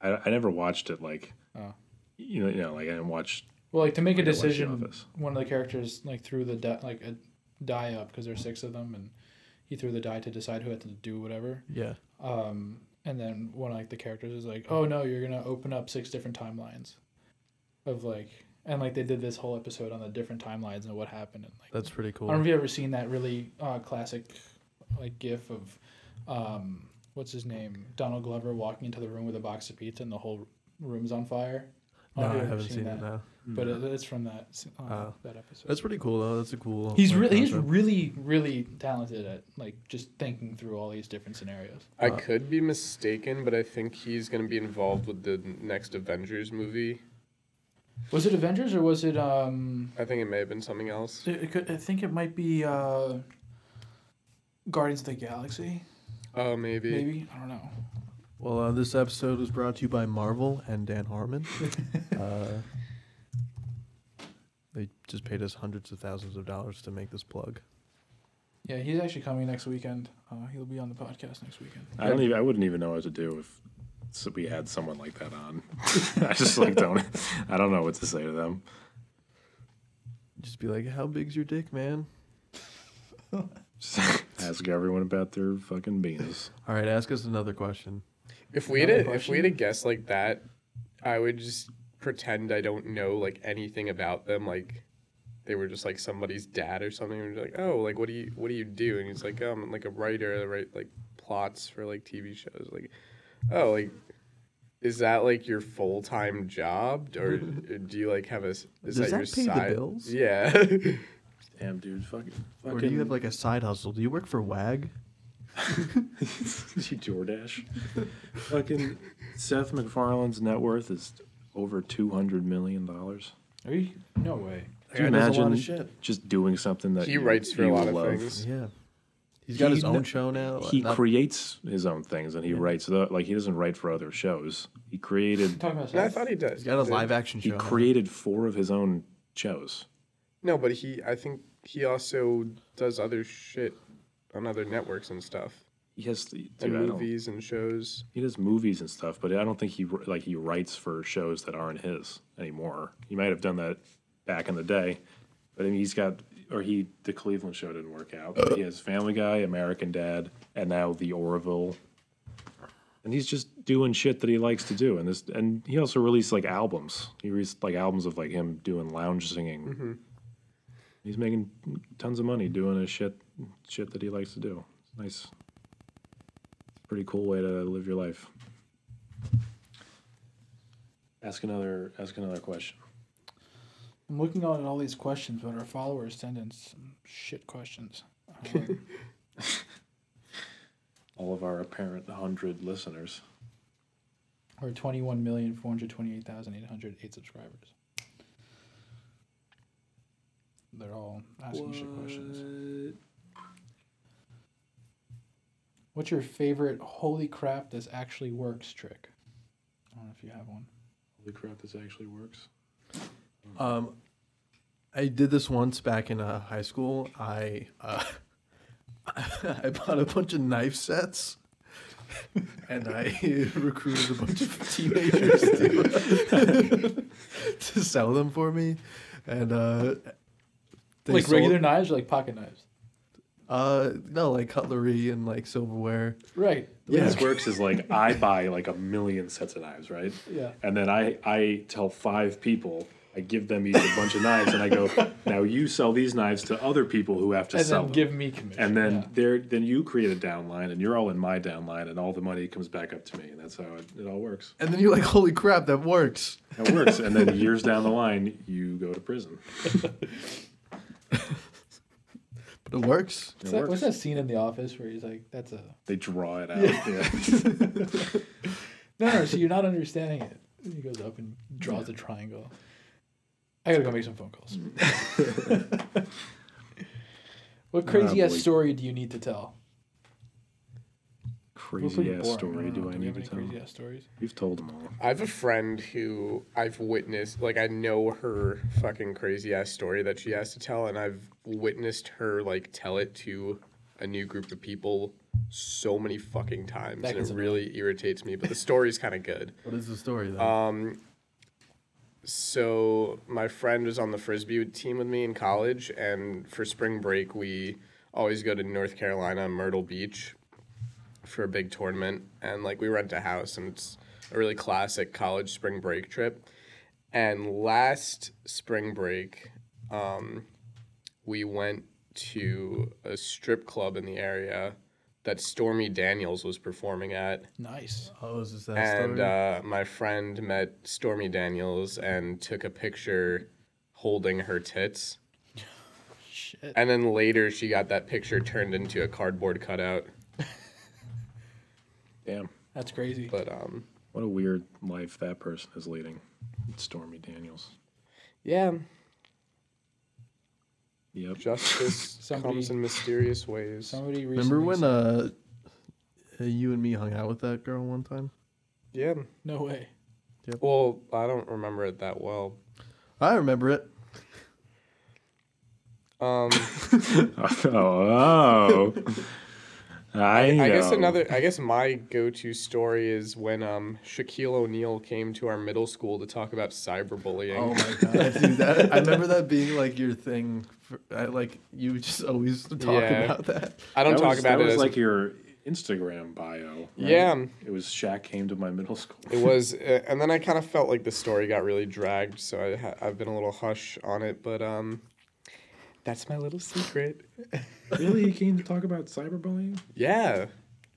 Speaker 3: I, I never watched it. Like,
Speaker 6: Oh.
Speaker 3: you know, you know, like I didn't watch.
Speaker 6: Well, like to make a
Speaker 3: I didn't watch The
Speaker 6: decision,
Speaker 3: Office.
Speaker 6: one of the characters like threw the di- like a die up because there's six of them, and he threw the die to decide who had to do whatever.
Speaker 2: Yeah.
Speaker 6: Um, and then one of like the characters is like, "Oh no, you're gonna open up six different timelines," of like, and like they did this whole episode on the different timelines and what happened. And like,
Speaker 2: That's pretty
Speaker 6: I don't know
Speaker 2: cool.
Speaker 6: if you have ever seen that really uh, classic, like GIF of, um, what's his name, Donald Glover walking into the room with a box of pizza and the whole room's on fire.
Speaker 2: No,
Speaker 6: don't know
Speaker 2: Uh, I
Speaker 6: if you've ever
Speaker 2: haven't seen it now.
Speaker 6: but it, it's from that s- uh,
Speaker 2: Oh.
Speaker 6: that episode.
Speaker 2: That's pretty cool though. That's a cool.
Speaker 6: he's
Speaker 2: like,
Speaker 6: really he's
Speaker 2: concept.
Speaker 6: really really talented at like just thinking through all these different scenarios.
Speaker 2: uh,
Speaker 5: I could be mistaken, but I think he's going to be involved with the next Avengers movie.
Speaker 6: Was it Avengers or was it um?
Speaker 5: I think it may have been something else.
Speaker 4: It, it could, I think it might be uh, Guardians of the Galaxy.
Speaker 5: Oh, maybe.
Speaker 4: Maybe I don't know.
Speaker 2: Well, uh, this episode was brought to you by Marvel and Dan
Speaker 6: *laughs*
Speaker 2: Harmon. uh, they just paid us hundreds of thousands of dollars to make this plug.
Speaker 4: Yeah, he's actually coming next weekend. Uh, he'll be on the podcast next weekend.
Speaker 3: I don't even. I wouldn't even know what to do if s- we had someone like that on. *laughs* I just like don't. I don't know what to say to them.
Speaker 2: Just be like, "How big's your dick, man?"
Speaker 3: Just ask everyone about their fucking penis.
Speaker 2: All right, ask us another question.
Speaker 5: If we had a, if we had a guess like that, I would just pretend I don't know like anything about them. Like they were just like somebody's dad or something. And like, oh, like what do you what do you do? And he's like, um, I'm like a writer. I write like plots for like TV shows. Like, oh, like is that like your full time job
Speaker 2: *laughs*
Speaker 5: or, or do you like have a? s- Is
Speaker 2: Does that
Speaker 5: your
Speaker 2: pay the
Speaker 5: side?
Speaker 2: bills?
Speaker 5: Yeah. *laughs*
Speaker 3: Damn, dude, fucking, fucking.
Speaker 2: Or do you have like a side hustle? Do you work for WAG?
Speaker 3: Is he *laughs* DoorDash? Fucking Seth MacFarlane's net worth is over two hundred million dollars.
Speaker 6: Are you? No way.
Speaker 3: Can you
Speaker 2: guy does a lot
Speaker 3: imagine
Speaker 2: of shit.
Speaker 3: just doing something that
Speaker 5: He
Speaker 3: you-
Speaker 5: writes for a
Speaker 3: you
Speaker 5: lot of
Speaker 3: love?
Speaker 5: things.
Speaker 2: Yeah, he's got
Speaker 3: He
Speaker 2: his own
Speaker 3: kn-
Speaker 2: show now.
Speaker 3: He
Speaker 2: Not-
Speaker 3: creates his own things, and he writes the, like he doesn't write for other shows. He created
Speaker 6: Talking about
Speaker 5: No, I
Speaker 6: Seth.
Speaker 5: thought he does.
Speaker 2: he's got a live action
Speaker 3: he
Speaker 2: show. now.
Speaker 3: created four of his own shows.
Speaker 5: No, but he. I think he also does other shit on other networks and stuff,
Speaker 3: He has dude,
Speaker 5: and
Speaker 3: I don't,
Speaker 5: movies and shows.
Speaker 3: he does movies and stuff, but I don't think he wr- like he writes for shows that aren't his anymore. He might have done that back in the day, but I mean he's got or he the Cleveland show didn't work out. But he has Family Guy, American Dad, and now The Orville. And he's just doing shit that he likes to do, and this and he also released like albums. He released like albums of like him doing lounge singing. He's making tons of money doing his shit shit that he likes to do. It's nice. Pretty cool way to live your life. Ask another ask another question.
Speaker 6: I'm looking on at all these questions, but our followers send in some
Speaker 4: *laughs*
Speaker 6: shit questions. Um,
Speaker 3: All of our apparent hundred listeners.
Speaker 6: we're 21,428,808 subscribers. They're all asking shit questions. What's your favorite holy crap this actually works trick? I don't know if you have one.
Speaker 3: Holy crap, this actually works.
Speaker 2: Um, I did this once back in uh, high school. I uh, *laughs* I bought a bunch of knife sets, and I *laughs* recruited a bunch of teenagers to, *laughs* to sell them for me, and uh, they
Speaker 6: like
Speaker 2: sold-
Speaker 6: regular knives or like pocket knives?
Speaker 2: uh, no, like cutlery and like silverware.
Speaker 6: Right.
Speaker 3: The way this works is like I buy like a million sets of knives, right?
Speaker 6: Yeah.
Speaker 3: And then I I tell five people, I give them each a bunch of knives, and I go, *laughs* now you sell these knives to other people who have to
Speaker 6: And
Speaker 3: sell
Speaker 6: then
Speaker 3: them.
Speaker 6: give me commission.
Speaker 3: and then
Speaker 6: yeah.
Speaker 3: there then you create a downline, and you're all in my downline, and all the money comes back up to me, and that's how it, it all works.
Speaker 2: And then you're like, "Holy crap, that works!"
Speaker 3: It works, and then years down the line, you go to prison.
Speaker 2: But it works.
Speaker 3: It
Speaker 6: What's that,
Speaker 3: works.
Speaker 6: what's that scene in The Office where he's like, "That's a
Speaker 3: They draw it out. *laughs* Yeah.
Speaker 6: no, no." So you're not understanding it. And He goes up and draws a triangle. I gotta go make some phone calls.
Speaker 4: Mm-hmm.
Speaker 6: *laughs* what crazy ass
Speaker 3: Ah, boy.
Speaker 6: story do you need to tell? We're
Speaker 3: Crazy
Speaker 6: pretty
Speaker 3: ass
Speaker 6: boring.
Speaker 3: story.
Speaker 6: don't
Speaker 3: Do
Speaker 6: know.
Speaker 3: I
Speaker 6: we
Speaker 3: need
Speaker 6: have
Speaker 3: to
Speaker 6: any
Speaker 3: tell?
Speaker 6: crazy ass stories?
Speaker 3: You've told them all.
Speaker 5: I have a friend who I've witnessed, like, I know her fucking crazy ass story that she has to tell, and I've witnessed her, like, tell it to a new group of people so many fucking times.
Speaker 6: That
Speaker 5: and it
Speaker 6: is
Speaker 5: really irritates me, but the story's kind of good.
Speaker 2: What is the story though?
Speaker 5: Um, So my friend was on the frisbee team with me in college, and for spring break we always go to North Carolina, Myrtle Beach, for a big tournament, and like we rent a house, and it's a really classic college spring break trip. And last spring break, um, we went to a strip club in the area that Stormy Daniels was performing at.
Speaker 6: Nice.
Speaker 2: Oh, is this that
Speaker 5: and
Speaker 2: story?
Speaker 5: uh, my friend met Stormy Daniels and took a picture holding her tits.
Speaker 6: Shit.
Speaker 5: And then later, she got that picture turned into a cardboard cutout.
Speaker 3: Damn.
Speaker 6: That's crazy.
Speaker 5: But um,
Speaker 3: What a weird life that person is leading. Stormy Daniels.
Speaker 5: yeah,
Speaker 3: Yep.
Speaker 5: justice
Speaker 6: Somebody-
Speaker 5: comes in mysterious ways.
Speaker 6: Somebody recently
Speaker 2: Remember when
Speaker 6: said-
Speaker 2: uh, you and me hung out with that girl one time?
Speaker 5: Yeah.
Speaker 6: No way.
Speaker 5: Well, I don't remember it that well.
Speaker 2: I remember
Speaker 5: *laughs*
Speaker 2: it.
Speaker 5: Um,
Speaker 3: *laughs* oh, oh. I, know.
Speaker 5: I guess another. I guess my go-to story is when um Shaquille O'Neal came to our middle school to talk about cyberbullying.
Speaker 2: Oh my god, dude! That, *laughs* I remember that being like your thing. For, I, like you just always *laughs* talk
Speaker 5: Yeah.
Speaker 2: about that.
Speaker 5: I don't
Speaker 3: That
Speaker 5: talk
Speaker 3: was-
Speaker 5: about
Speaker 3: that
Speaker 5: it
Speaker 3: was
Speaker 5: as
Speaker 3: like your Instagram bio. right?
Speaker 5: Yeah.
Speaker 3: It was Shaq came to my middle school.
Speaker 5: It was, uh, and then I kind of felt like the story got really dragged, so I ha- I've been a little hush on it. But um, that's my little secret.
Speaker 3: *laughs* really? He came to talk about cyberbullying?
Speaker 5: Yeah,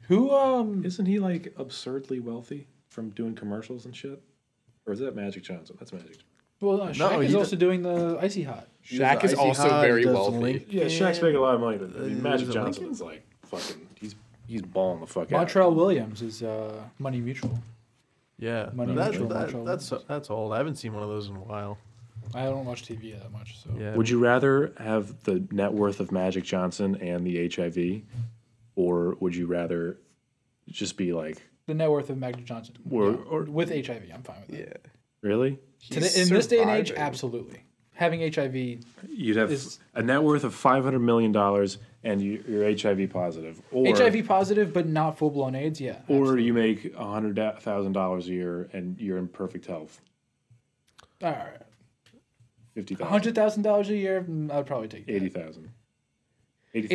Speaker 4: Who um
Speaker 3: Isn't he like absurdly wealthy from doing commercials and shit? Or is that Magic Johnson? That's Magic. Johnson.
Speaker 6: Well, no, Shaq
Speaker 2: he
Speaker 6: is
Speaker 2: do-
Speaker 6: also doing the icy hot.
Speaker 5: Shaq is
Speaker 2: Icy
Speaker 5: also
Speaker 2: Hot,
Speaker 5: very
Speaker 2: does
Speaker 5: wealthy.
Speaker 2: Link-
Speaker 3: Yeah, Shaq's making a lot of money, but I mean,
Speaker 2: Uh,
Speaker 3: Magic
Speaker 2: is it
Speaker 3: Johnson's like fucking. He's he's balling the fuck out.
Speaker 6: Montreal Williams is uh, Money Mutual.
Speaker 2: Yeah,
Speaker 6: Money
Speaker 2: that,
Speaker 6: Mutual,
Speaker 2: that-
Speaker 6: Mutual.
Speaker 2: that's that's old. I haven't seen one of those in a while.
Speaker 6: I don't watch TV that much, so
Speaker 2: Yeah,
Speaker 3: Would you rather have the net worth of Magic Johnson and the HIV, or would you rather just be like,
Speaker 6: the net worth of Magic Johnson
Speaker 3: Or-
Speaker 6: Yeah. with HIV, I'm fine with that.
Speaker 5: Yeah,
Speaker 3: really?
Speaker 6: Today, in
Speaker 5: He's
Speaker 6: this day and age,
Speaker 5: surviving.
Speaker 6: absolutely. Having HIV,
Speaker 3: You'd have
Speaker 6: Is-
Speaker 3: a net worth of five hundred million dollars, and you, you're HIV positive, or
Speaker 6: HIV positive, but not full blown AIDS, yeah.
Speaker 3: or you make hundred thousand dollars a year and you're in perfect health,
Speaker 6: All right.
Speaker 3: fifty thousand,
Speaker 6: hundred thousand dollars a year, mm, I'd probably take that.
Speaker 3: eighty thousand.
Speaker 6: Eighty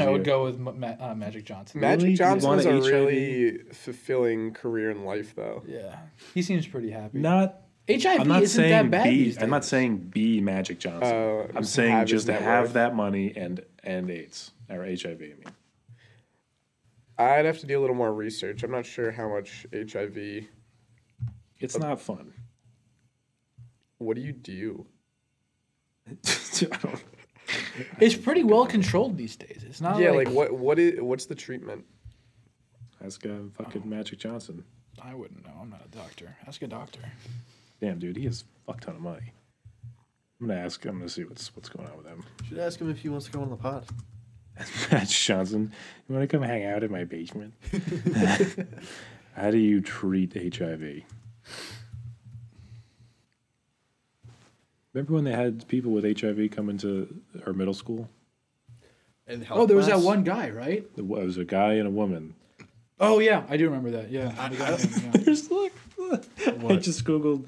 Speaker 3: $80,000
Speaker 6: I
Speaker 3: a
Speaker 6: would
Speaker 3: year.
Speaker 6: go with Ma- Ma- uh, Magic Johnson.
Speaker 5: Magic
Speaker 3: Really? You
Speaker 5: Johnson
Speaker 3: want
Speaker 5: is a
Speaker 3: HIV?
Speaker 5: really fulfilling career in life, though.
Speaker 6: Yeah, he seems pretty happy.
Speaker 3: Not
Speaker 6: HIV
Speaker 3: I'm not
Speaker 6: isn't
Speaker 3: saying
Speaker 6: that bad.
Speaker 3: be.
Speaker 6: these
Speaker 3: I'm not
Speaker 6: days.
Speaker 3: saying be Magic Johnson.
Speaker 5: Oh,
Speaker 3: I'm
Speaker 5: just
Speaker 3: saying
Speaker 5: have his
Speaker 3: just to
Speaker 5: net
Speaker 3: have
Speaker 5: worth.
Speaker 3: that money and and AIDS or HIV. I mean,
Speaker 5: I'd have to do a little more research. I'm not sure how much HIV.
Speaker 3: it's
Speaker 5: Oh.
Speaker 3: not fun. *laughs*
Speaker 5: What do you do?
Speaker 3: I don't-
Speaker 6: it's pretty well controlled these days. It's not
Speaker 5: yeah,
Speaker 6: Oh, like,
Speaker 5: like what what is what's the treatment?
Speaker 3: Ask uh, fucking Magic Johnson.
Speaker 6: I wouldn't know. I'm not a doctor. Ask a doctor.
Speaker 3: Damn, dude, he has a fuck ton of money. I'm gonna ask. I'm gonna see what's what's going on with him.
Speaker 2: should ask him if he wants to come on the pod.
Speaker 3: *laughs* Magic Johnson, you want to come hang out in my *laughs* basement? How do you treat HIV? Remember when they had people with HIV come into our middle school?
Speaker 2: And
Speaker 6: Oh, there was that one guy, right?
Speaker 3: It was a guy and a woman.
Speaker 6: Oh yeah, I do remember that. Yeah, The guy thing, yeah.
Speaker 3: *laughs* There's like, I just googled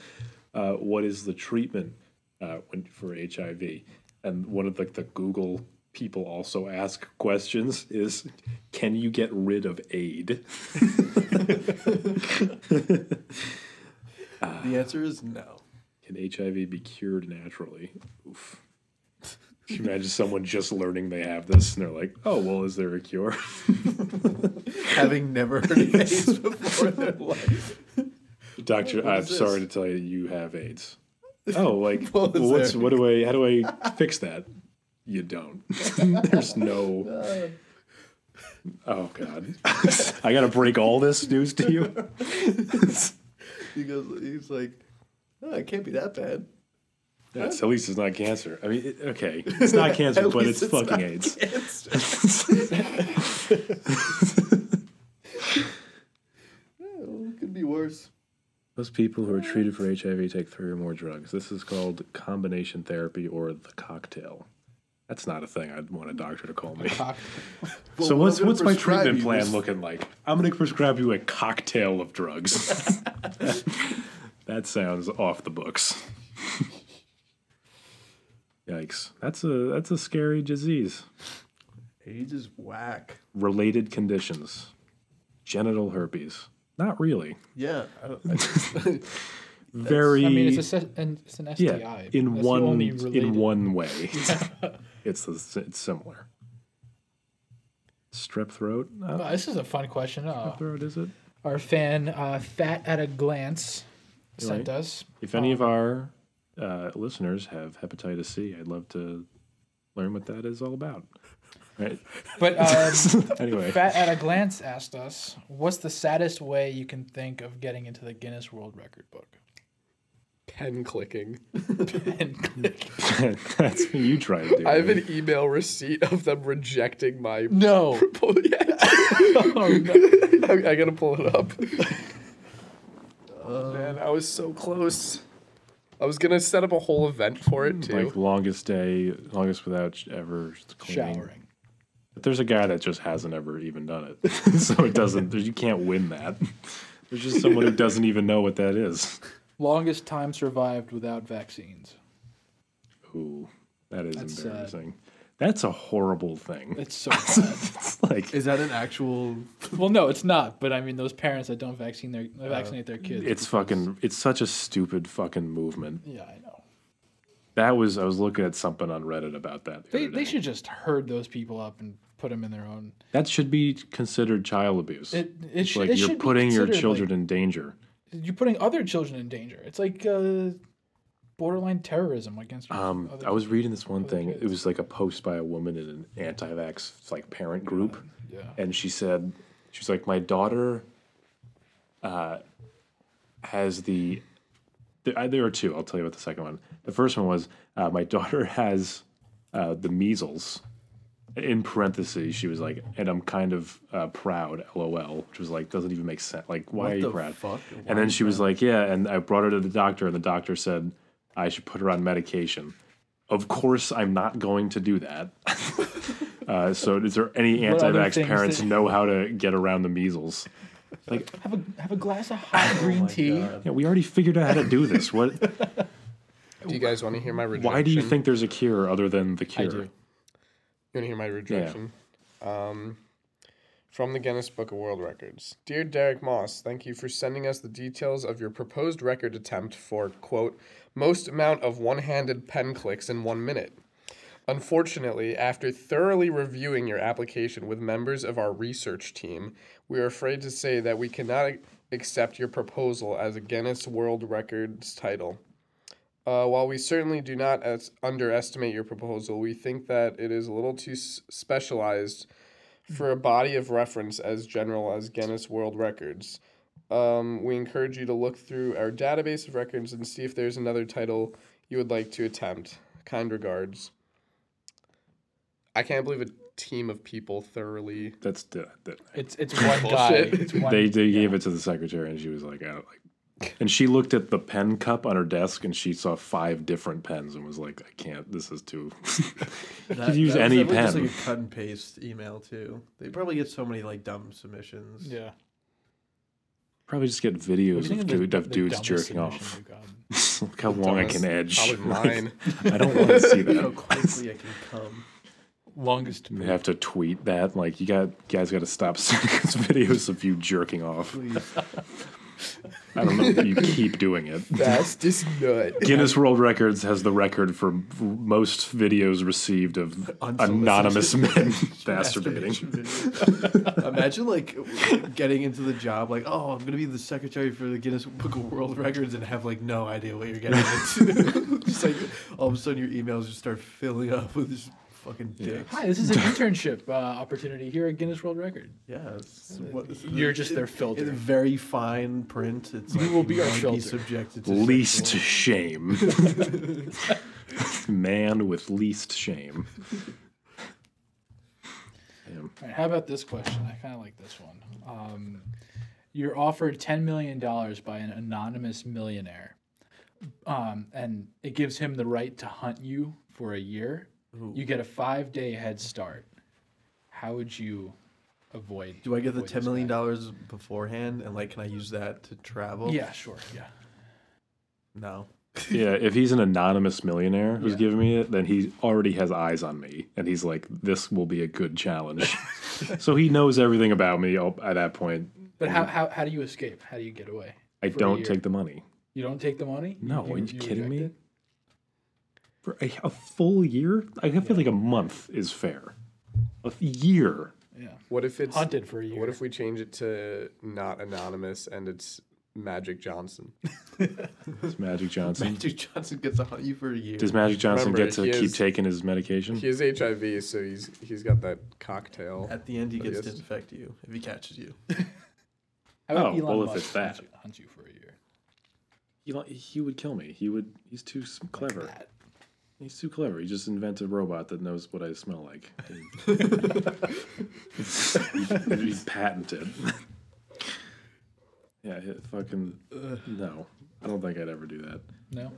Speaker 3: uh, what is the treatment uh, when, for HIV, and one of the, the Google people also ask questions is, can you get rid of aid? *laughs* *sighs*
Speaker 2: The answer is no.
Speaker 3: Can HIV be cured naturally? Oof. Can you imagine someone just learning they have this and they're like, oh, well, is there
Speaker 2: *laughs*
Speaker 3: a cure?
Speaker 2: Having never
Speaker 3: *laughs*
Speaker 2: heard of AIDS before in their life.
Speaker 3: Doctor, I'm
Speaker 2: is
Speaker 3: sorry to tell you, you
Speaker 2: *laughs*
Speaker 3: have AIDS. Oh, like
Speaker 2: What was
Speaker 3: what's
Speaker 2: there?
Speaker 3: what do I how do I fix that? You don't. *laughs* There's no.
Speaker 2: *laughs*
Speaker 3: Oh God, *laughs* I gotta break all this news to you.
Speaker 2: *laughs* He goes, he's like, oh, it can't be that bad.
Speaker 3: That's, at least it's not cancer. I mean, it, okay, it's not
Speaker 2: *laughs*
Speaker 3: cancer,
Speaker 2: At
Speaker 3: but it's,
Speaker 2: least it's not
Speaker 3: fucking AIDS.
Speaker 2: Yeah, well, it could be worse.
Speaker 3: Most people who are treated for HIV take three or more drugs. This is called combination therapy or the cocktail. That's not a thing I'd want a doctor to call *laughs* me. so
Speaker 2: what
Speaker 3: what's
Speaker 2: I'm gonna
Speaker 3: what's my
Speaker 2: prescribe
Speaker 3: treatment
Speaker 2: you
Speaker 3: plan
Speaker 2: is-
Speaker 3: looking like? I'm gonna prescribe you a cocktail of *laughs* drugs. that sounds off the books. *laughs* Yikes. That's a that's a scary disease.
Speaker 2: AIDS is whack.
Speaker 3: Related conditions. Genital herpes. Not really.
Speaker 2: Yeah. I, don't- I-
Speaker 3: Very
Speaker 6: I mean, it's a se- and it's an STI.
Speaker 3: yeah, in
Speaker 6: That's the
Speaker 3: one
Speaker 6: only
Speaker 3: in
Speaker 6: *laughs*
Speaker 3: *laughs*
Speaker 6: related-
Speaker 3: one way. it's the, it's similar. Strep throat. Uh,
Speaker 6: Oh, this is a fun question. Uh,
Speaker 3: strep throat is it?
Speaker 6: our fan, uh, Fat at a Glance, sent
Speaker 3: Right.
Speaker 6: us.
Speaker 3: If any
Speaker 6: Oh.
Speaker 3: of our uh, listeners have hepatitis C, I'd love to learn what that is all about.
Speaker 6: *laughs*
Speaker 3: Right.
Speaker 6: But um,
Speaker 3: *laughs* anyway,
Speaker 6: Fat at a Glance asked us, "What's the saddest way you can think of getting into the Guinness World Record book?"
Speaker 5: Pen clicking.
Speaker 6: And
Speaker 4: *laughs*
Speaker 6: click.
Speaker 3: that's what you try to do.
Speaker 5: I have
Speaker 3: right?
Speaker 5: an email receipt of them rejecting my.
Speaker 6: no.
Speaker 5: Pull, yeah. *laughs* I, I gotta pull it up. Oh, man, I was so close. I was gonna set up a whole event for it too.
Speaker 3: like longest day, longest without sh- ever cleaning.
Speaker 6: Showering.
Speaker 3: But there's a guy that just hasn't ever even done it, *laughs* so it doesn't. You can't win that. *laughs* There's just someone who doesn't even know what that is.
Speaker 4: Longest time survived without vaccines.
Speaker 3: Ooh, that is
Speaker 4: That's sad.
Speaker 3: embarrassing. That's a horrible thing.
Speaker 4: It's so *laughs*
Speaker 3: *laughs*
Speaker 4: sad.
Speaker 3: it's like
Speaker 2: Is that an actual?
Speaker 4: well, no, it's not. But I mean, those parents that don't vaccine their vaccinate their kids.
Speaker 3: Uh, it's fucking. It's such a stupid fucking movement.
Speaker 4: yeah, I know.
Speaker 3: That was. I was looking at something on Reddit about that. the
Speaker 4: They,
Speaker 3: other
Speaker 4: they
Speaker 3: day.
Speaker 4: should just herd those people up and put them in their own.
Speaker 3: That should be considered child abuse.
Speaker 4: It it,
Speaker 3: it's
Speaker 4: should,
Speaker 3: like
Speaker 4: it
Speaker 3: you're
Speaker 4: should be
Speaker 3: putting your
Speaker 4: considered, like,
Speaker 3: children in danger.
Speaker 4: you're putting other children in danger. It's like uh, borderline terrorism against.
Speaker 3: Um,
Speaker 4: other
Speaker 3: I was reading this one thing. It
Speaker 4: kids.
Speaker 3: was like a post by a woman in an anti-vax like parent group,
Speaker 4: yeah.
Speaker 3: and she said she was like, "My daughter uh, has the." There, I, there are two. I'll tell you about the second one. The first one was uh, my *laughs* daughter has uh, the measles. In parentheses, she was like, "And I'm kind of uh, proud." LOL, which was like doesn't even make sense. Like, why are you
Speaker 2: the
Speaker 3: proud?
Speaker 2: fuck?
Speaker 3: And then she was like, "Yeah," and I brought her to the doctor, and the doctor said I should put her on medication. Of course, I'm not going to do that. *laughs* uh, so, is there any
Speaker 4: other
Speaker 3: anti-vax
Speaker 4: things
Speaker 3: parents
Speaker 4: that-
Speaker 3: know how to get around the measles?
Speaker 4: Have a have a glass of
Speaker 3: *laughs*
Speaker 4: hot green tea.
Speaker 3: Yeah, we already figured out how to do this. What?
Speaker 5: Do you guys want to hear my rejection?
Speaker 3: Why do you think there's a cure other than the cure?
Speaker 4: do.
Speaker 5: You want to hear my rejection? Um, from the Guinness Book of World Records. Dear Derek Moss, thank you for sending us the details of your proposed record attempt for, quote, most amount of one handed pen clicks in one minute. Unfortunately, after thoroughly reviewing your application with members of our research team, we are afraid to say that we cannot ac- accept your proposal as a Guinness World Records title. Uh, while we certainly do not as- underestimate your proposal, we think that it is a little too s- specialized for a body of reference as general as Guinness World Records. Um, we encourage you to look through our database of records and see if there's another title you would like to attempt. Kind regards. I can't believe a team of people thoroughly.
Speaker 3: That's that. that-
Speaker 6: It's it's one guy.
Speaker 5: Bullshit.
Speaker 6: It's one.
Speaker 3: they they gave it to the secretary, and she was like, "I don't like." And she looked at the pen cup on her desk, and she saw five different pens, and was like, "I can't. This is too." *laughs*
Speaker 2: That,
Speaker 3: could use
Speaker 2: that was
Speaker 3: any
Speaker 2: definitely Just
Speaker 3: pen.
Speaker 2: like a cut and paste email too. They probably get so many like dumb submissions.
Speaker 6: yeah.
Speaker 3: Probably just get
Speaker 6: What do
Speaker 3: videos
Speaker 6: you
Speaker 3: of,
Speaker 6: think
Speaker 3: dude,
Speaker 6: the-
Speaker 3: of
Speaker 6: the
Speaker 3: dudes
Speaker 6: dumbest
Speaker 3: jerking
Speaker 6: submission
Speaker 3: off.
Speaker 6: we've gotten?
Speaker 3: *laughs* Look how long I can edge.
Speaker 5: Probably
Speaker 3: *laughs* Like,
Speaker 5: mine.
Speaker 3: I don't want to see
Speaker 2: How
Speaker 3: that. *laughs*
Speaker 2: quickly I can come.
Speaker 6: Longest.
Speaker 3: They have to tweet that. Like you got you guys got to stop *laughs* sending us videos of you jerking off.
Speaker 2: Please.
Speaker 3: I don't know if you keep doing it.
Speaker 5: Fastest nut.
Speaker 3: Guinness World Records has the record for most videos received of
Speaker 2: Unsolicited
Speaker 3: anonymous
Speaker 6: *laughs*
Speaker 3: men masturbating.
Speaker 2: Masturbation. *laughs* Imagine like getting into the job, like, oh, I'm gonna be the secretary for the Guinness Book of World Records, and have like no idea what you're getting
Speaker 3: *laughs*
Speaker 2: into. *laughs* just like all of a sudden, your emails just start filling up with this fucking dick.
Speaker 4: Hi, this
Speaker 3: *laughs*
Speaker 4: is an internship uh, opportunity here at Guinness World Record.
Speaker 2: Yeah, it's, what, it's-
Speaker 4: You're just their filter.
Speaker 2: In very fine print, it's like,
Speaker 4: will be our
Speaker 2: might
Speaker 4: filter.
Speaker 2: subjected to
Speaker 3: Least
Speaker 2: sexual-
Speaker 3: shame. *laughs* Man with least shame. Damn.
Speaker 6: All right, how about this question? I kind of like this one. Um, you're offered ten million dollars by an anonymous millionaire, um, and it gives him the right to hunt you for a year. You get a five day head start. How would you avoid?
Speaker 2: Do I get the
Speaker 6: avoid
Speaker 2: ten
Speaker 6: this
Speaker 2: million
Speaker 6: guy?
Speaker 2: dollars beforehand, and like, can I use that to travel?
Speaker 6: Yeah, sure. Yeah,
Speaker 2: No. *laughs*
Speaker 3: Yeah, if he's an anonymous millionaire who's
Speaker 6: Yeah.
Speaker 3: giving me it, then he already has eyes on me, and he's like, "This will be a good
Speaker 6: *laughs*
Speaker 3: challenge." so he knows everything about me I'll- at that point.
Speaker 6: but how, how how do you escape? How do you get away?
Speaker 3: I
Speaker 6: For a
Speaker 3: don't
Speaker 6: year.
Speaker 3: take the money.
Speaker 6: You don't take the money.
Speaker 3: No, are you kidding
Speaker 6: reject
Speaker 3: me?
Speaker 6: it?
Speaker 3: For a, a full year, I feel like a month is fair. A f- year,
Speaker 6: Yeah.
Speaker 5: What if it's
Speaker 6: Hunted for a year.
Speaker 5: What if we change it to not anonymous and it's Magic Johnson?
Speaker 3: *laughs* It's Magic Johnson.
Speaker 2: Magic Johnson gets a hunt you for a year.
Speaker 3: Does Magic Johnson
Speaker 5: Remember,
Speaker 3: get to
Speaker 5: he
Speaker 3: keep
Speaker 5: is-
Speaker 3: taking his medication?
Speaker 5: He has HIV, so he's he's got that cocktail.
Speaker 2: At the end, he
Speaker 5: Oh,
Speaker 2: gets to
Speaker 5: yes.
Speaker 2: infect you if he catches you.
Speaker 6: How about
Speaker 3: Oh,
Speaker 6: Elon
Speaker 3: well, if
Speaker 6: Musk
Speaker 3: it's that.
Speaker 6: hunt you- hunt you for a year?
Speaker 3: He, li- he would kill me. He would. He's too s- clever.
Speaker 6: that.
Speaker 3: He's too clever. He just invented a robot that knows what I smell *laughs* like. he patented. *laughs* yeah, it fucking no. I don't think I'd ever do that.
Speaker 6: No.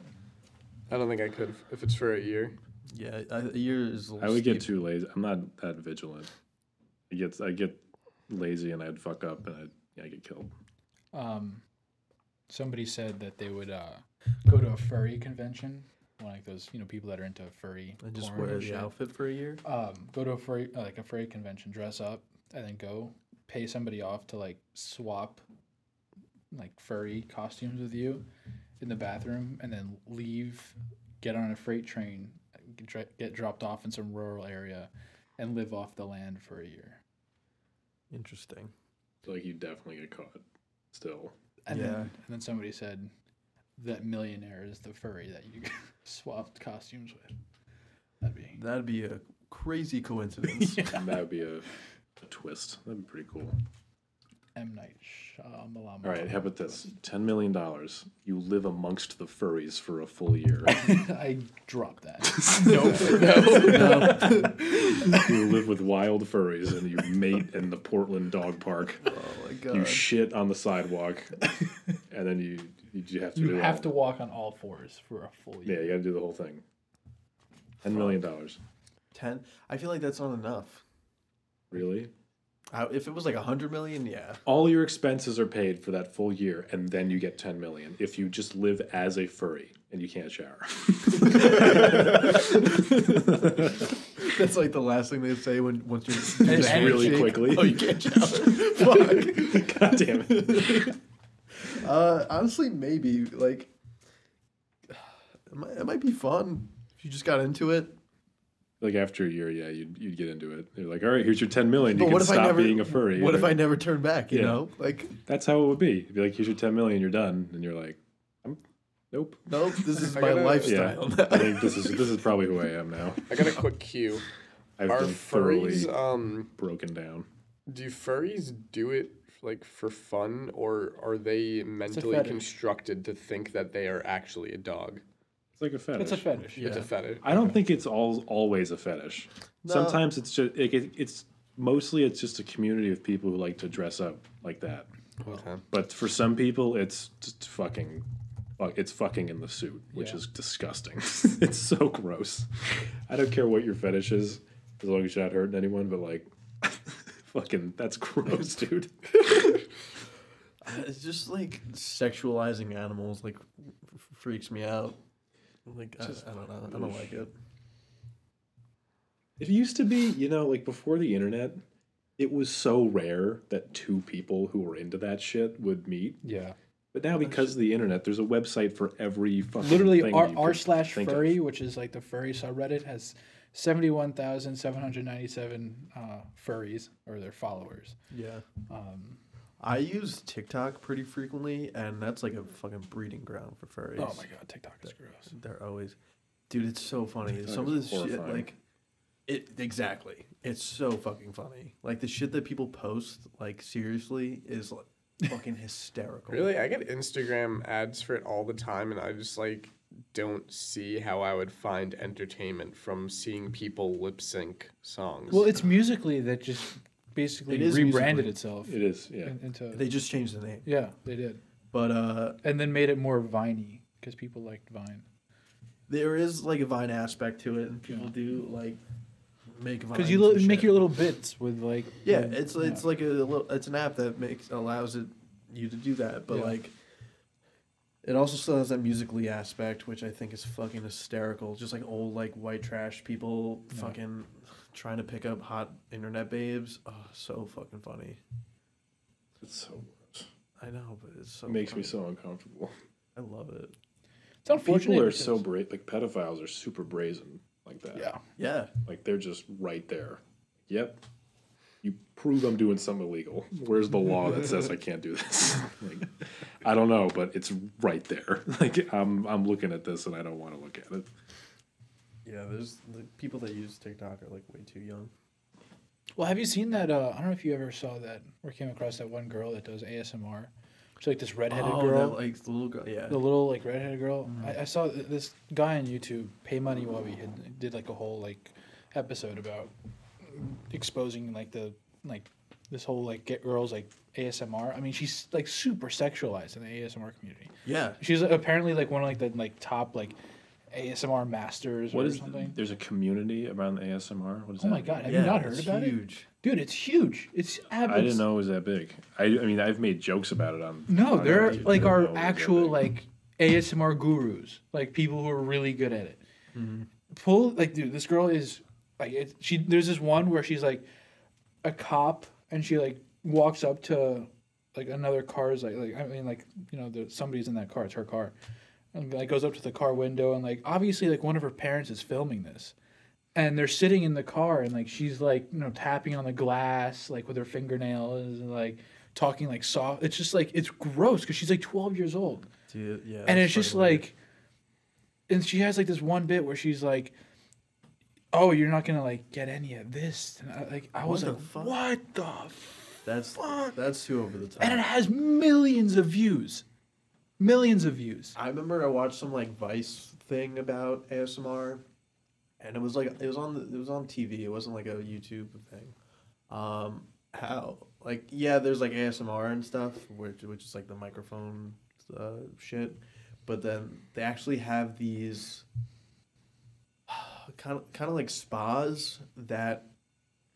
Speaker 5: I don't think I could if- if it's for a year.
Speaker 2: Yeah, I, a year is. a
Speaker 3: I
Speaker 2: little
Speaker 3: would get
Speaker 2: steep.
Speaker 3: too lazy. I'm not that vigilant. I get I get lazy and I'd fuck up and I I get killed.
Speaker 6: Um, somebody said that they would uh, go to a furry convention, like those you know people that are into furry.
Speaker 2: And just
Speaker 6: porn
Speaker 2: wear
Speaker 6: and
Speaker 2: the
Speaker 6: shit.
Speaker 2: outfit for a year.
Speaker 6: Um, go to a furry uh, like a furry convention, dress up, and then go pay somebody off to like swap like furry costumes with you in the bathroom, and then leave, get on a freight train, get dra- get dropped off in some rural area, and live off the land for a year.
Speaker 2: Interesting.
Speaker 3: Like you definitely get caught. Still,
Speaker 6: And
Speaker 2: Yeah.
Speaker 6: then and then somebody said that millionaire is the furry that you *laughs* swapped costumes with. That'd be
Speaker 2: That'd be a crazy *laughs* coincidence.
Speaker 3: that would be a, a twist. That'd be pretty cool.
Speaker 6: M Night Shyamalan.
Speaker 3: All right, how about this? Ten million dollars. You live amongst the furries for a full year.
Speaker 6: *laughs* I
Speaker 3: *laughs*
Speaker 6: dropped that.
Speaker 3: you live with wild furries and you mate in the Portland dog park.
Speaker 2: oh my
Speaker 3: You
Speaker 2: god.
Speaker 3: shit on the sidewalk, and then you you, you have to
Speaker 6: You
Speaker 3: do
Speaker 6: have to
Speaker 3: all-
Speaker 6: walk on all fours for a full
Speaker 3: Yeah,
Speaker 6: year.
Speaker 3: you got to do the whole thing. Ten million dollars.
Speaker 2: Ten. I feel like that's not enough.
Speaker 3: Really?
Speaker 2: I, if it was like a hundred million, yeah. *laughs*
Speaker 3: All your expenses are paid for that full year, and then you get ten million if you just live as a furry and you can't shower. *laughs*
Speaker 2: That's like the last thing they say when once you're *laughs*
Speaker 3: Just
Speaker 2: and
Speaker 3: really
Speaker 2: shake.
Speaker 3: quickly.
Speaker 2: Oh, you can't
Speaker 3: *laughs*
Speaker 2: shower. *laughs* Fuck.
Speaker 3: God damn it!
Speaker 2: Uh, honestly, maybe like it might, it might be fun if you just got into it.
Speaker 3: Like after a year, yeah, you'd you'd get into it. You're like, all right, here's your ten million. You
Speaker 2: But
Speaker 3: can
Speaker 2: what if I
Speaker 3: stop
Speaker 2: never-
Speaker 3: being a furry.
Speaker 2: What if
Speaker 3: Or-
Speaker 2: I never turn back? You
Speaker 3: Yeah.
Speaker 2: know, like
Speaker 3: That's how it would be. It'd be like, here's your 10 million, you're done. And you're like, I'm, nope.
Speaker 2: nope, this is *laughs*
Speaker 5: I
Speaker 2: my
Speaker 5: gotta-
Speaker 3: Yeah.
Speaker 2: lifestyle.
Speaker 3: *laughs*
Speaker 2: *laughs*
Speaker 3: I think this is this is probably who I am now.
Speaker 5: I got a quick cue.
Speaker 3: I've
Speaker 5: Are
Speaker 3: been thoroughly
Speaker 2: uh,
Speaker 5: furries um
Speaker 3: broken down.
Speaker 5: do furries do it like for fun or are they mentally
Speaker 6: fetish.
Speaker 5: constructed to think that they are actually a dog?
Speaker 3: It's like a fetish.
Speaker 6: It's a fetish.
Speaker 5: It's a fetish.
Speaker 3: I don't think it's all always a fetish. Sometimes it's just it, it- it's mostly it's just a community of people who like to dress up like that.
Speaker 5: Okay.
Speaker 3: But for some people, it's just fucking. fuck- It's fucking in the suit, which
Speaker 6: Yeah.
Speaker 3: is disgusting. *laughs* it's so gross. I don't care what your fetish is, as long as you're not hurting anyone. But like, *laughs* fucking, that's gross, *laughs* dude.
Speaker 2: It's just like sexualizing animals like f- freaks me out. Like I, I don't know, I don't like it.
Speaker 3: It used to be, you know, like before the internet, it was so rare that two people who were into that shit would meet.
Speaker 6: Yeah.
Speaker 3: But now, because of the internet, there's a website for every fucking
Speaker 6: Literally,
Speaker 3: thing
Speaker 6: r
Speaker 3: you
Speaker 6: r
Speaker 3: could
Speaker 6: slash
Speaker 3: think of.
Speaker 6: furry, which is like the furry subreddit, has seventy one thousand seven hundred ninety seven uh, furries or their followers.
Speaker 2: Yeah,
Speaker 6: Um,
Speaker 2: I use TikTok pretty frequently, and that's like a fucking breeding ground for furries.
Speaker 6: oh my god, TikTok is gross.
Speaker 2: They're always, dude. It's so funny.
Speaker 3: TikTok
Speaker 2: Some of
Speaker 3: is
Speaker 2: this shit,
Speaker 3: horrifying.
Speaker 2: like, it exactly. It's so fucking funny. Like the shit that people post, like seriously, is
Speaker 6: *laughs*
Speaker 2: like fucking hysterical.
Speaker 5: Really? I get Instagram ads for it all the time and I just like don't see how I would find entertainment from seeing people lip sync songs.
Speaker 6: Well, it's musically that just basically
Speaker 2: It is
Speaker 6: rebranded
Speaker 2: Musical.ly.
Speaker 6: itself
Speaker 3: It is, yeah.
Speaker 6: in- into
Speaker 2: They just changed the name,
Speaker 6: yeah they did.
Speaker 2: but uh,
Speaker 6: and then made it more viney because people liked vine
Speaker 2: there is like a Vine aspect to it, and people do like make Vines.
Speaker 6: because you li-
Speaker 2: and
Speaker 6: make
Speaker 2: shit.
Speaker 6: your little bits with like
Speaker 2: Mm-hmm. Yeah,
Speaker 6: with-
Speaker 2: it's it's like a little, it's an app that makes allows it you to do that, but
Speaker 6: Yeah.
Speaker 2: like it also still has that musically aspect, which I think is fucking hysterical. Just like old like white trash people fucking trying to pick up hot internet babes. Oh, so fucking funny.
Speaker 3: It's so gross.
Speaker 2: I know, but it's so
Speaker 3: It makes me
Speaker 2: funny.
Speaker 3: so uncomfortable.
Speaker 2: I love it.
Speaker 6: it's unfortunate
Speaker 3: People are
Speaker 6: because-
Speaker 3: so bra- like pedophiles are super brazen like that.
Speaker 6: yeah
Speaker 2: Yeah,
Speaker 3: Like they're just right there. Yep. you prove I'm doing something illegal. Where's the law that says I can't do this? *laughs* like, I don't know, but it's right there. *laughs* Like I'm I'm looking at this and I don't want to look at it.
Speaker 2: Yeah, there's the people that use TikTok are like way too young.
Speaker 6: Well, have you seen that? Uh, I don't know if you ever saw that or came across that one girl that does ASMR. She's like this redheaded girl,
Speaker 2: like Oh, the little girl. Yeah.
Speaker 6: the little like redheaded girl.
Speaker 2: Mm-hmm.
Speaker 6: I, I saw th- this guy on YouTube, Pay Money Wubby, had did like a whole like episode about exposing like the like this whole like get girls like ASMR. I mean, she's like super sexualized in the ASMR community.
Speaker 2: Yeah.
Speaker 6: She's apparently like one of like the like top like ASMR masters
Speaker 3: What
Speaker 6: or
Speaker 3: is
Speaker 6: something.
Speaker 3: there's a community around the ASMR? What is
Speaker 6: oh
Speaker 3: that?
Speaker 6: my god, have
Speaker 2: yeah,
Speaker 6: you not heard
Speaker 2: it's
Speaker 6: about it?
Speaker 2: huge.
Speaker 6: Dude, it's huge. It's abs-
Speaker 3: I didn't know it was that big. I, I mean, I've made jokes about it on.
Speaker 6: No,
Speaker 3: on
Speaker 6: there are
Speaker 3: YouTube. I didn't
Speaker 6: like
Speaker 3: know it
Speaker 6: are
Speaker 3: was that
Speaker 6: actual
Speaker 3: big.
Speaker 6: like ASMR gurus, like people who are really good at it.
Speaker 3: Mm-hmm.
Speaker 6: Pull like dude, this girl is like it, she. There's this one where she's like a cop, and she like walks up to like another car's like like I mean like you know the, somebody's in that car. It's her car, and like goes up to the car window, and like obviously like one of her parents is filming this. And they're sitting in the car, and like she's like, you know, tapping on the glass, like with her fingernails, and like talking like soft. It's just like it's gross because she's like twelve years old
Speaker 2: Dude, yeah.
Speaker 6: and
Speaker 2: that's
Speaker 6: it's just
Speaker 2: fucking weird.
Speaker 6: like and she has like this one bit where she's like oh you're not gonna like get any of this and I, like i was
Speaker 2: the
Speaker 6: like
Speaker 2: fuck?
Speaker 6: what the f-?
Speaker 2: that's that's too over the top.
Speaker 6: and it has millions of views millions of views
Speaker 2: I remember I watched some like Vice thing about ASMR, and it was like it was on the, it was on TV. It wasn't like a YouTube thing. Um, how like yeah, there's like ASMR and stuff, which which is like the microphone uh, shit, but then they actually have these *sighs* kind of kind of like spas that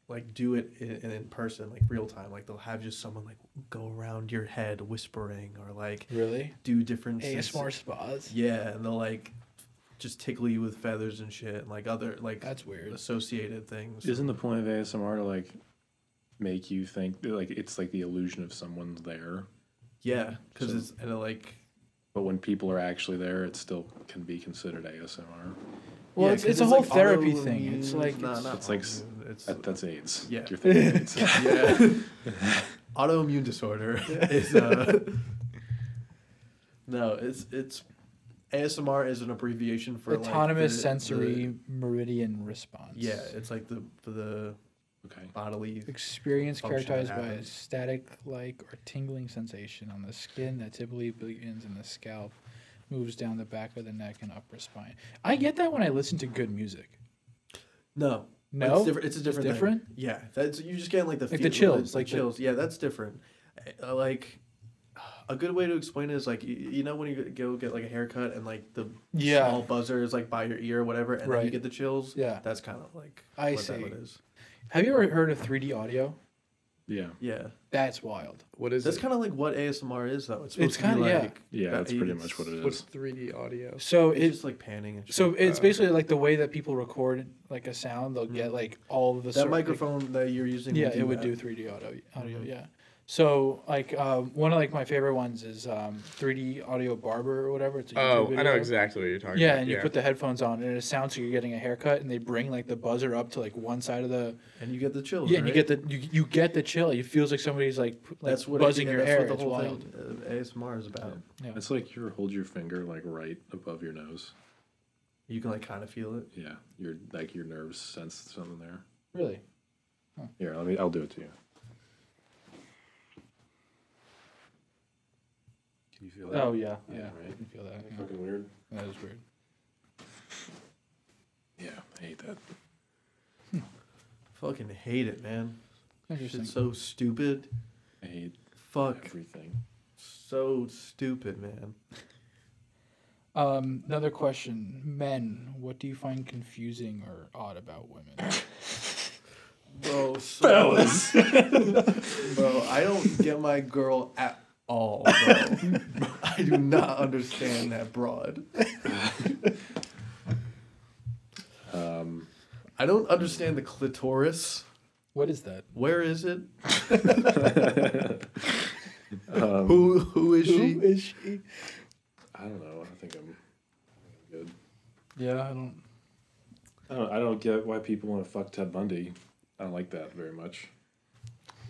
Speaker 2: like do it in, in person like real time like they'll have just someone like go around your head whispering or like
Speaker 6: really
Speaker 2: do different sens-
Speaker 6: asmr spas
Speaker 2: yeah, and they'll like just tickle you with feathers and shit, and like other like
Speaker 6: that's weird
Speaker 2: associated things.
Speaker 3: Isn't the point of ASMR to like make you think like it's like the illusion of someone's there,
Speaker 2: yeah, because
Speaker 3: So-
Speaker 2: it's and it, like
Speaker 3: but when people are actually there, it still can be considered ASMR.
Speaker 6: well
Speaker 2: yeah,
Speaker 6: it's,
Speaker 2: 'cause
Speaker 6: it's a whole
Speaker 2: like,
Speaker 6: therapy thing
Speaker 2: autoimmune-
Speaker 6: it's like
Speaker 2: nah,
Speaker 6: it's-
Speaker 2: not
Speaker 3: It's like s-
Speaker 2: autoimmune, it's *laughs*
Speaker 3: That, that's AIDS.
Speaker 2: Yeah.
Speaker 3: You're thinking *laughs* AIDS.
Speaker 2: yeah, autoimmune
Speaker 6: *laughs*
Speaker 2: disorder is uh, no, it's it's ASMR is an abbreviation for like,
Speaker 6: autonomous
Speaker 2: the- the-
Speaker 6: sensory meridian response
Speaker 2: yeah, it's like the for the
Speaker 3: okay.
Speaker 2: bodily
Speaker 6: experience
Speaker 2: function that
Speaker 6: characterized by a
Speaker 2: happens.
Speaker 6: static like or tingling sensation on the skin that typically begins in the scalp moves down the back of the neck and upper spine i get that when i listen to good music
Speaker 2: No.
Speaker 6: No?
Speaker 2: It's, different. it's a different. thing.
Speaker 6: different?
Speaker 2: Yeah, that's you just get like the
Speaker 6: Like the
Speaker 2: feel-
Speaker 6: chills,
Speaker 2: the
Speaker 6: like the-
Speaker 2: chills. Yeah, that's different. Uh, like a good way to explain it is like you, you know when you go get like a haircut and like the
Speaker 6: Yeah.
Speaker 2: small buzzer is like by your ear or whatever, and then you
Speaker 6: Right.
Speaker 2: get the chills.
Speaker 6: Yeah.
Speaker 2: that's kind of like
Speaker 6: I
Speaker 2: what that
Speaker 6: see.
Speaker 2: one is.
Speaker 6: have you ever heard of 3d audio
Speaker 3: Yeah.
Speaker 2: Yeah,
Speaker 6: that's wild
Speaker 5: What is
Speaker 2: that's
Speaker 5: it?
Speaker 2: kind of like what ASMR is though. It's supposed
Speaker 6: It's
Speaker 2: to be
Speaker 6: kinda- yeah.
Speaker 2: like
Speaker 3: Yeah.
Speaker 2: that-
Speaker 3: That's pretty much what it
Speaker 5: What's
Speaker 3: is.
Speaker 5: 3D audio?
Speaker 6: so
Speaker 2: It's
Speaker 6: it's
Speaker 2: just like panning and shit.
Speaker 6: so it's
Speaker 5: uh,
Speaker 6: basically like the way that people record like a sound they'll get like all of the
Speaker 2: that
Speaker 6: certain- like-
Speaker 2: microphone that you're using.
Speaker 6: yeah it would
Speaker 2: that.
Speaker 6: do 3d audio audio yeah so like um, one of like my favorite ones is um, 3d audio barber or whatever it's a YouTube
Speaker 5: Oh, I know
Speaker 6: video.
Speaker 5: exactly what you're talking
Speaker 6: Yeah,
Speaker 5: about.
Speaker 6: and you put the headphones on, and it sounds like you're getting a haircut, and they bring like the buzzer up to like one side of the.
Speaker 2: and you get the chills.
Speaker 6: Yeah, and you
Speaker 2: right?
Speaker 6: get the you, you get the chill. It feels like somebody's like, p- like
Speaker 2: that's what
Speaker 6: buzzing
Speaker 2: yeah,
Speaker 6: your
Speaker 2: that's
Speaker 6: hair.
Speaker 2: What the
Speaker 6: it's
Speaker 2: whole
Speaker 6: wild.
Speaker 2: thing, uh, ASMR is about.
Speaker 3: It's like you hold your finger like right above your nose.
Speaker 2: You can like kind of feel it.
Speaker 3: Yeah. Your like your nerves sense something there.
Speaker 6: Really?
Speaker 3: Here, let me. I'll do it to you. Can you feel that?
Speaker 6: Oh yeah, yeah.
Speaker 3: Yeah,
Speaker 6: I
Speaker 3: right.
Speaker 6: can feel that. yeah.
Speaker 3: Fucking weird.
Speaker 6: That is weird.
Speaker 3: Yeah, I hate that.
Speaker 2: Fucking hate it, man.
Speaker 6: Interesting.
Speaker 2: Shit's so stupid.
Speaker 3: I hate
Speaker 2: Fuck.
Speaker 3: everything.
Speaker 2: So stupid, man.
Speaker 6: Um, another question: Men, what do you find confusing or odd about women?
Speaker 2: Bro, so, *laughs* bro, I don't get my girl at all, bro. I do not understand that broad.
Speaker 3: Um,
Speaker 2: I don't understand the clitoris.
Speaker 6: What is that?
Speaker 2: Where is it? who who is she?
Speaker 6: is she?
Speaker 3: I don't know. I think I'm, I think I'm good.
Speaker 6: Yeah, I don't.
Speaker 3: I don't. I don't get why people want to fuck Ted Bundy. I don't like that very much.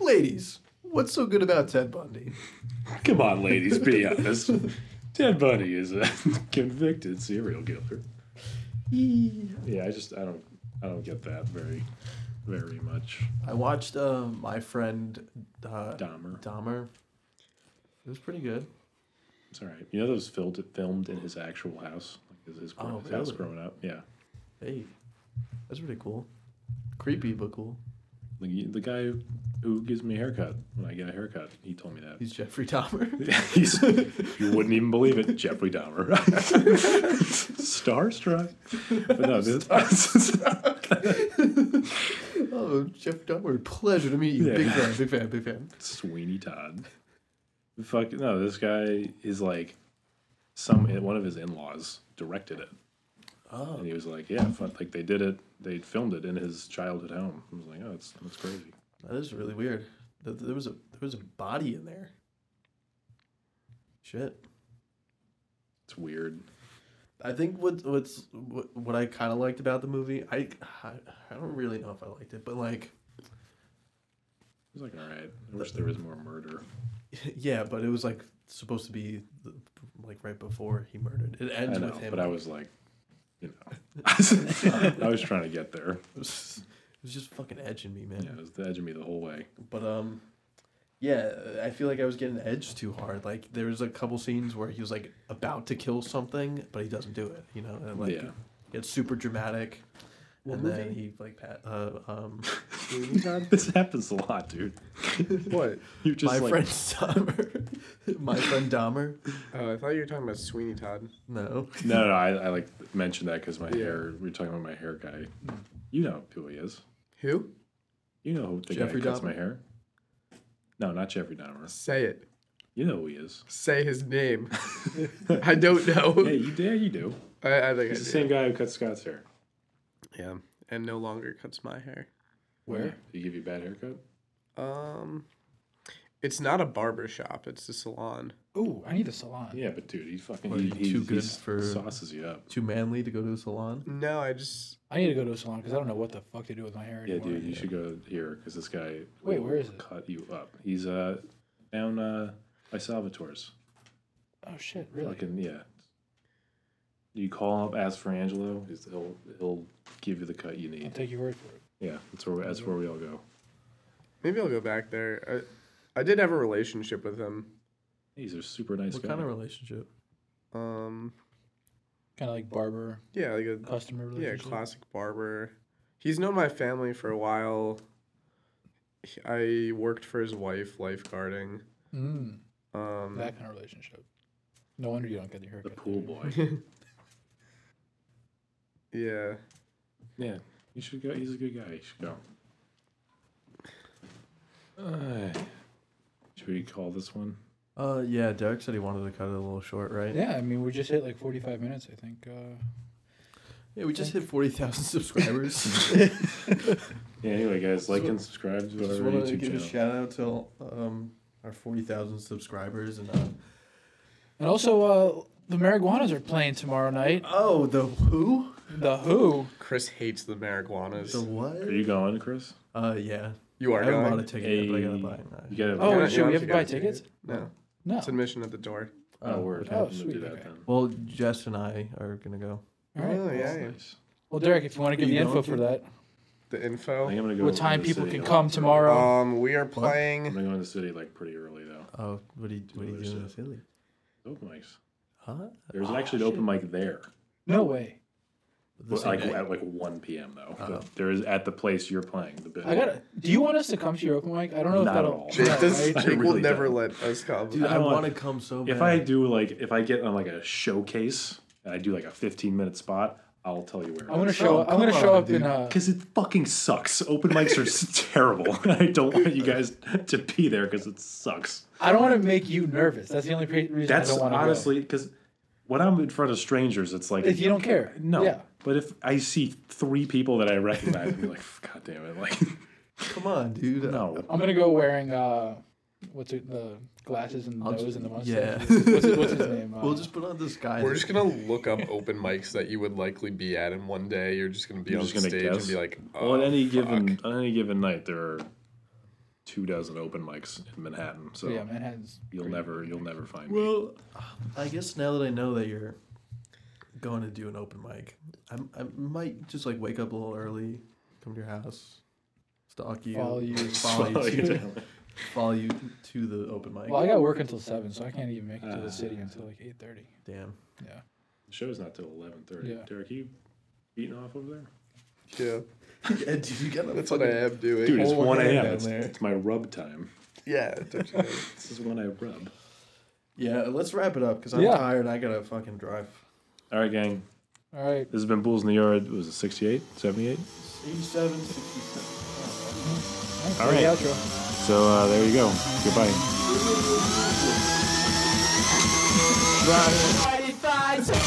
Speaker 2: ladies, what's so good about Ted Bundy?
Speaker 3: *laughs* Come on, ladies, be honest. Ted Bundy is a *laughs* convicted serial killer. Yeah, I just I don't I don't get that very very much.
Speaker 2: I watched uh, my friend uh,
Speaker 3: Dahmer.
Speaker 2: Dahmer. It was pretty good.
Speaker 3: It's all right. You know that was filmed filmed in his actual house, like his, his,
Speaker 2: Oh,
Speaker 3: his house
Speaker 2: really?
Speaker 3: growing up. Yeah,
Speaker 2: Hey, that's pretty cool. Creepy but cool.
Speaker 3: the, the guy who, who gives me a haircut when I get a haircut, he told
Speaker 2: *laughs*
Speaker 3: me that.
Speaker 2: He's Jeffrey Dahmer.
Speaker 3: He's, you wouldn't even believe it, Jeffrey Dahmer. *laughs* Starstruck. But no, this,
Speaker 2: oh, Jeff Dahmer, pleasure to meet you.
Speaker 3: Yeah.
Speaker 2: Big *laughs* fan, big fan, big fan.
Speaker 3: *laughs* Sweeney Todd. Fuck no, this guy is like some one of his in-laws directed it.
Speaker 2: Oh.
Speaker 3: And he was like, yeah, fun. like they did it, they filmed it in his childhood home. I was like, oh, that's that's crazy.
Speaker 2: That is really weird. Th- There was a there was a body in there. Shit.
Speaker 3: It's weird.
Speaker 2: I think what what's what, what I kind of liked about the movie. I, I I don't really know if I liked it, but like
Speaker 3: It was like, all right, I wish there was more murder.
Speaker 2: *laughs* yeah, but it was like supposed to be the, like right before he murdered. It
Speaker 3: I
Speaker 2: ends
Speaker 3: know,
Speaker 2: with him.
Speaker 3: but I was like, you
Speaker 2: *laughs*
Speaker 3: know, I was trying to get there.
Speaker 2: It was, it was just fucking edging me, man.
Speaker 3: Yeah, it was the edge of me the whole way.
Speaker 2: But um, yeah, I feel like I was getting edged too hard. Like there was a couple scenes where he was like about to kill something, but he doesn't do it. You know, and like
Speaker 3: Yeah.
Speaker 2: it's super dramatic. and then he like pat, uh, um,
Speaker 3: *laughs* this happens a lot, dude.
Speaker 5: What?
Speaker 3: You *laughs* just
Speaker 2: my
Speaker 3: like
Speaker 2: friend Dahmer, *laughs* my friend Dahmer.
Speaker 5: Oh, I thought you were talking about Sweeney Todd.
Speaker 2: No,
Speaker 3: no, no, I, I like mentioned that because my hair. We were talking about my hair guy. You know who he is.
Speaker 5: Who?
Speaker 3: You know who the
Speaker 2: Jeffrey
Speaker 3: guy who cuts
Speaker 2: Dahmer?
Speaker 3: my hair. No, not Jeffrey Dahmer.
Speaker 5: Say it.
Speaker 3: You know who he is.
Speaker 5: Say
Speaker 3: *laughs*
Speaker 5: his name. I don't know.
Speaker 3: Hey, you yeah, you do.
Speaker 5: I, I think
Speaker 3: It's
Speaker 5: I
Speaker 3: the
Speaker 5: do.
Speaker 3: same guy who cuts Scott's hair.
Speaker 5: Yeah, and no longer cuts my hair.
Speaker 3: Where he give you a bad haircut?
Speaker 5: Um, it's not a barber shop. It's a salon.
Speaker 4: Ooh, I need a salon.
Speaker 3: Yeah, but dude, he fucking
Speaker 2: Are
Speaker 3: he,
Speaker 2: you
Speaker 3: he,
Speaker 2: too
Speaker 3: he
Speaker 2: good
Speaker 3: s-
Speaker 2: for-
Speaker 3: sauces you up.
Speaker 2: too manly to go to a salon.
Speaker 5: No, I just
Speaker 4: I need to go to a salon because I don't know what the fuck to do with my hair
Speaker 3: Yeah,
Speaker 4: anymore.
Speaker 3: dude, you should go here because this guy
Speaker 4: Wait,
Speaker 3: will
Speaker 4: where is it?
Speaker 3: cut you up. He's uh down uh by Salvatore's.
Speaker 4: Oh shit, really?
Speaker 3: Fucking yeah. You call up, ask for Angelo. he's- He'll he'll give you the cut you
Speaker 4: I'll
Speaker 3: need.
Speaker 4: take your word for it.
Speaker 3: Yeah, that's where that's where we all go.
Speaker 5: maybe I'll go back there. I, I did have a relationship with him.
Speaker 3: He's a super nice
Speaker 2: What
Speaker 3: guy.
Speaker 2: kind of relationship?
Speaker 5: Um,
Speaker 4: Kind of like barber
Speaker 5: yeah, like a
Speaker 4: customer
Speaker 5: yeah
Speaker 4: relationship.
Speaker 5: classic barber. He's known my family for a while. He- I worked for his wife lifeguarding.
Speaker 4: mm,
Speaker 5: Um,
Speaker 4: that kind of relationship. No wonder you don't get your
Speaker 3: Mm-hmm. the
Speaker 4: haircut.
Speaker 3: *laughs* pool boy.
Speaker 5: yeah,
Speaker 3: yeah, you should go. He's a good guy. You should go. Uh, should we call this one?
Speaker 2: Uh, yeah, Derek said he wanted to cut it a little short, right?
Speaker 4: Yeah, I mean we just hit like forty five minutes. I think. Uh,
Speaker 2: Yeah, we just hit forty thousand *laughs*
Speaker 3: *laughs*
Speaker 2: subscribers.
Speaker 3: Yeah. Anyway, guys, like
Speaker 2: So-
Speaker 3: and subscribe to
Speaker 2: Just
Speaker 3: our
Speaker 2: want to
Speaker 3: YouTube
Speaker 2: give a
Speaker 3: channel.
Speaker 2: shout out to um, our 40,000 subscribers and uh,
Speaker 4: and also, uh, the Marijuanas are playing tomorrow night.
Speaker 2: oh the who
Speaker 4: The Who.
Speaker 5: Chris hates the
Speaker 2: the
Speaker 5: marijuanas.
Speaker 2: what
Speaker 3: Are you going, Chris?
Speaker 2: uh yeah
Speaker 5: You are
Speaker 2: I haven't bought a
Speaker 5: going.
Speaker 2: ticket yet, but I gotta
Speaker 3: Hey,
Speaker 2: buy it. now.
Speaker 3: You gotta.
Speaker 4: Oh,
Speaker 5: Yeah,
Speaker 4: should we
Speaker 5: yeah,
Speaker 4: have to buy
Speaker 5: yeah.
Speaker 4: tickets?
Speaker 5: No,
Speaker 4: No.
Speaker 5: it's admission at the door.
Speaker 3: oh, word.
Speaker 4: Oh,
Speaker 3: I didn't
Speaker 4: sweet,
Speaker 3: do that
Speaker 4: okay.
Speaker 3: then.
Speaker 2: Uh, Well, Jess and I are gonna go.
Speaker 4: All right.
Speaker 5: Oh yeah,
Speaker 3: That's
Speaker 5: yeah.
Speaker 3: nice.
Speaker 4: Well, Derek, if you want to give
Speaker 2: You
Speaker 4: the info
Speaker 2: going
Speaker 4: for
Speaker 2: to?
Speaker 4: that,
Speaker 5: The
Speaker 3: I think
Speaker 5: info.
Speaker 3: I'm gonna go.
Speaker 4: what
Speaker 3: to
Speaker 4: time
Speaker 3: the
Speaker 4: people
Speaker 3: city
Speaker 4: can
Speaker 3: a lot
Speaker 4: come
Speaker 3: early.
Speaker 4: tomorrow.
Speaker 5: Um, we are
Speaker 3: I'm
Speaker 5: playing.
Speaker 3: gonna go in the city like pretty early though.
Speaker 2: Oh, what do you what do you
Speaker 3: There's
Speaker 2: do in
Speaker 3: a-
Speaker 2: the Philly?
Speaker 3: Open mics.
Speaker 2: Huh?
Speaker 4: Oh,
Speaker 3: There's actually an open mic there.
Speaker 4: No way.
Speaker 2: The
Speaker 3: Well,
Speaker 2: same
Speaker 3: like
Speaker 2: day?
Speaker 3: at like 1 p.m. though. But
Speaker 2: Uh-huh.
Speaker 3: There is at the place you're playing. The bit.
Speaker 4: I got. to Do you want us to come to your open mic? I don't know if
Speaker 3: Not at
Speaker 4: that'll.
Speaker 3: all.
Speaker 5: Jake,
Speaker 4: Yeah,
Speaker 5: does,
Speaker 4: right?
Speaker 5: Jake
Speaker 3: I
Speaker 5: will
Speaker 3: really
Speaker 5: never
Speaker 3: don't.
Speaker 5: let us come.
Speaker 2: Dude,
Speaker 3: I
Speaker 2: I,
Speaker 3: don't
Speaker 2: want to
Speaker 3: want-
Speaker 2: come so bad.
Speaker 3: If I do like if I get on like a showcase and I do like a 15 minute spot, I'll tell you where.
Speaker 4: I'm gonna
Speaker 3: it is.
Speaker 4: show.
Speaker 2: Oh,
Speaker 4: I'm gonna
Speaker 2: come
Speaker 4: show
Speaker 2: on,
Speaker 4: up in. Uh,
Speaker 3: Because it fucking sucks. Open mics are s- *laughs* terrible. I don't want you guys to be there because it sucks.
Speaker 4: I don't want to make you nervous. That's the only pre- reason I
Speaker 3: That's
Speaker 4: don't want to
Speaker 3: honestly because when I'm in front of strangers, it's like
Speaker 4: If you don't care.
Speaker 3: No,
Speaker 4: Yeah.
Speaker 3: but if I see three people that I recognize, I'm like, *laughs* God damn it! Like,
Speaker 2: Come on, dude.
Speaker 3: no,
Speaker 4: I'm gonna go wearing uh, what's it, the glasses and the nose and the
Speaker 2: yeah.
Speaker 4: mustache. What's, his- what's his name? Uh,
Speaker 2: *laughs* We'll just put on this guy.
Speaker 5: We're just gonna look up open mics that you would likely be at in one day. You're just gonna be
Speaker 3: You're
Speaker 5: on
Speaker 3: just gonna
Speaker 5: stage
Speaker 3: guess?
Speaker 5: and be like, oh,
Speaker 3: Well, on any
Speaker 5: fuck.
Speaker 3: given on any given night, there are two dozen open mics in Manhattan. So
Speaker 6: yeah, Manhattan's.
Speaker 3: you'll never you'll never find *laughs* me.
Speaker 2: Well, I guess now that I know that you're going to do an open mic, I'm, I might just like wake up a little early, come to your house, stalk you,
Speaker 6: Follow you.
Speaker 2: follow
Speaker 3: Like, *laughs*
Speaker 2: you, to, follow you to the open mic.
Speaker 6: Well, I got work until seven, so I can't even make it
Speaker 3: Uh,
Speaker 6: to the city until like eight thirty.
Speaker 2: Damn.
Speaker 3: the show's not till eleven thirty.
Speaker 6: Yeah.
Speaker 3: Derek, you beating off over there?
Speaker 5: Yeah,
Speaker 2: *laughs* Yeah, dude, you gotta
Speaker 5: that's what I am doing.
Speaker 3: Dude, it's
Speaker 2: Hold
Speaker 3: one
Speaker 2: hand
Speaker 3: a.m.
Speaker 2: down
Speaker 3: It's,
Speaker 2: there.
Speaker 3: it's my rub time.
Speaker 5: yeah. don't you know?
Speaker 3: This is when I rub.
Speaker 2: Yeah, let's wrap it up because I'm
Speaker 6: Yeah.
Speaker 2: tired. I gotta fucking drive.
Speaker 3: All right, gang.
Speaker 6: All right.
Speaker 3: This has been Bulls in the Yard. Was it 68, 78?
Speaker 2: 87, 67.
Speaker 3: All right.
Speaker 6: Outro.
Speaker 3: So uh, there you go. Goodbye.
Speaker 1: What if I told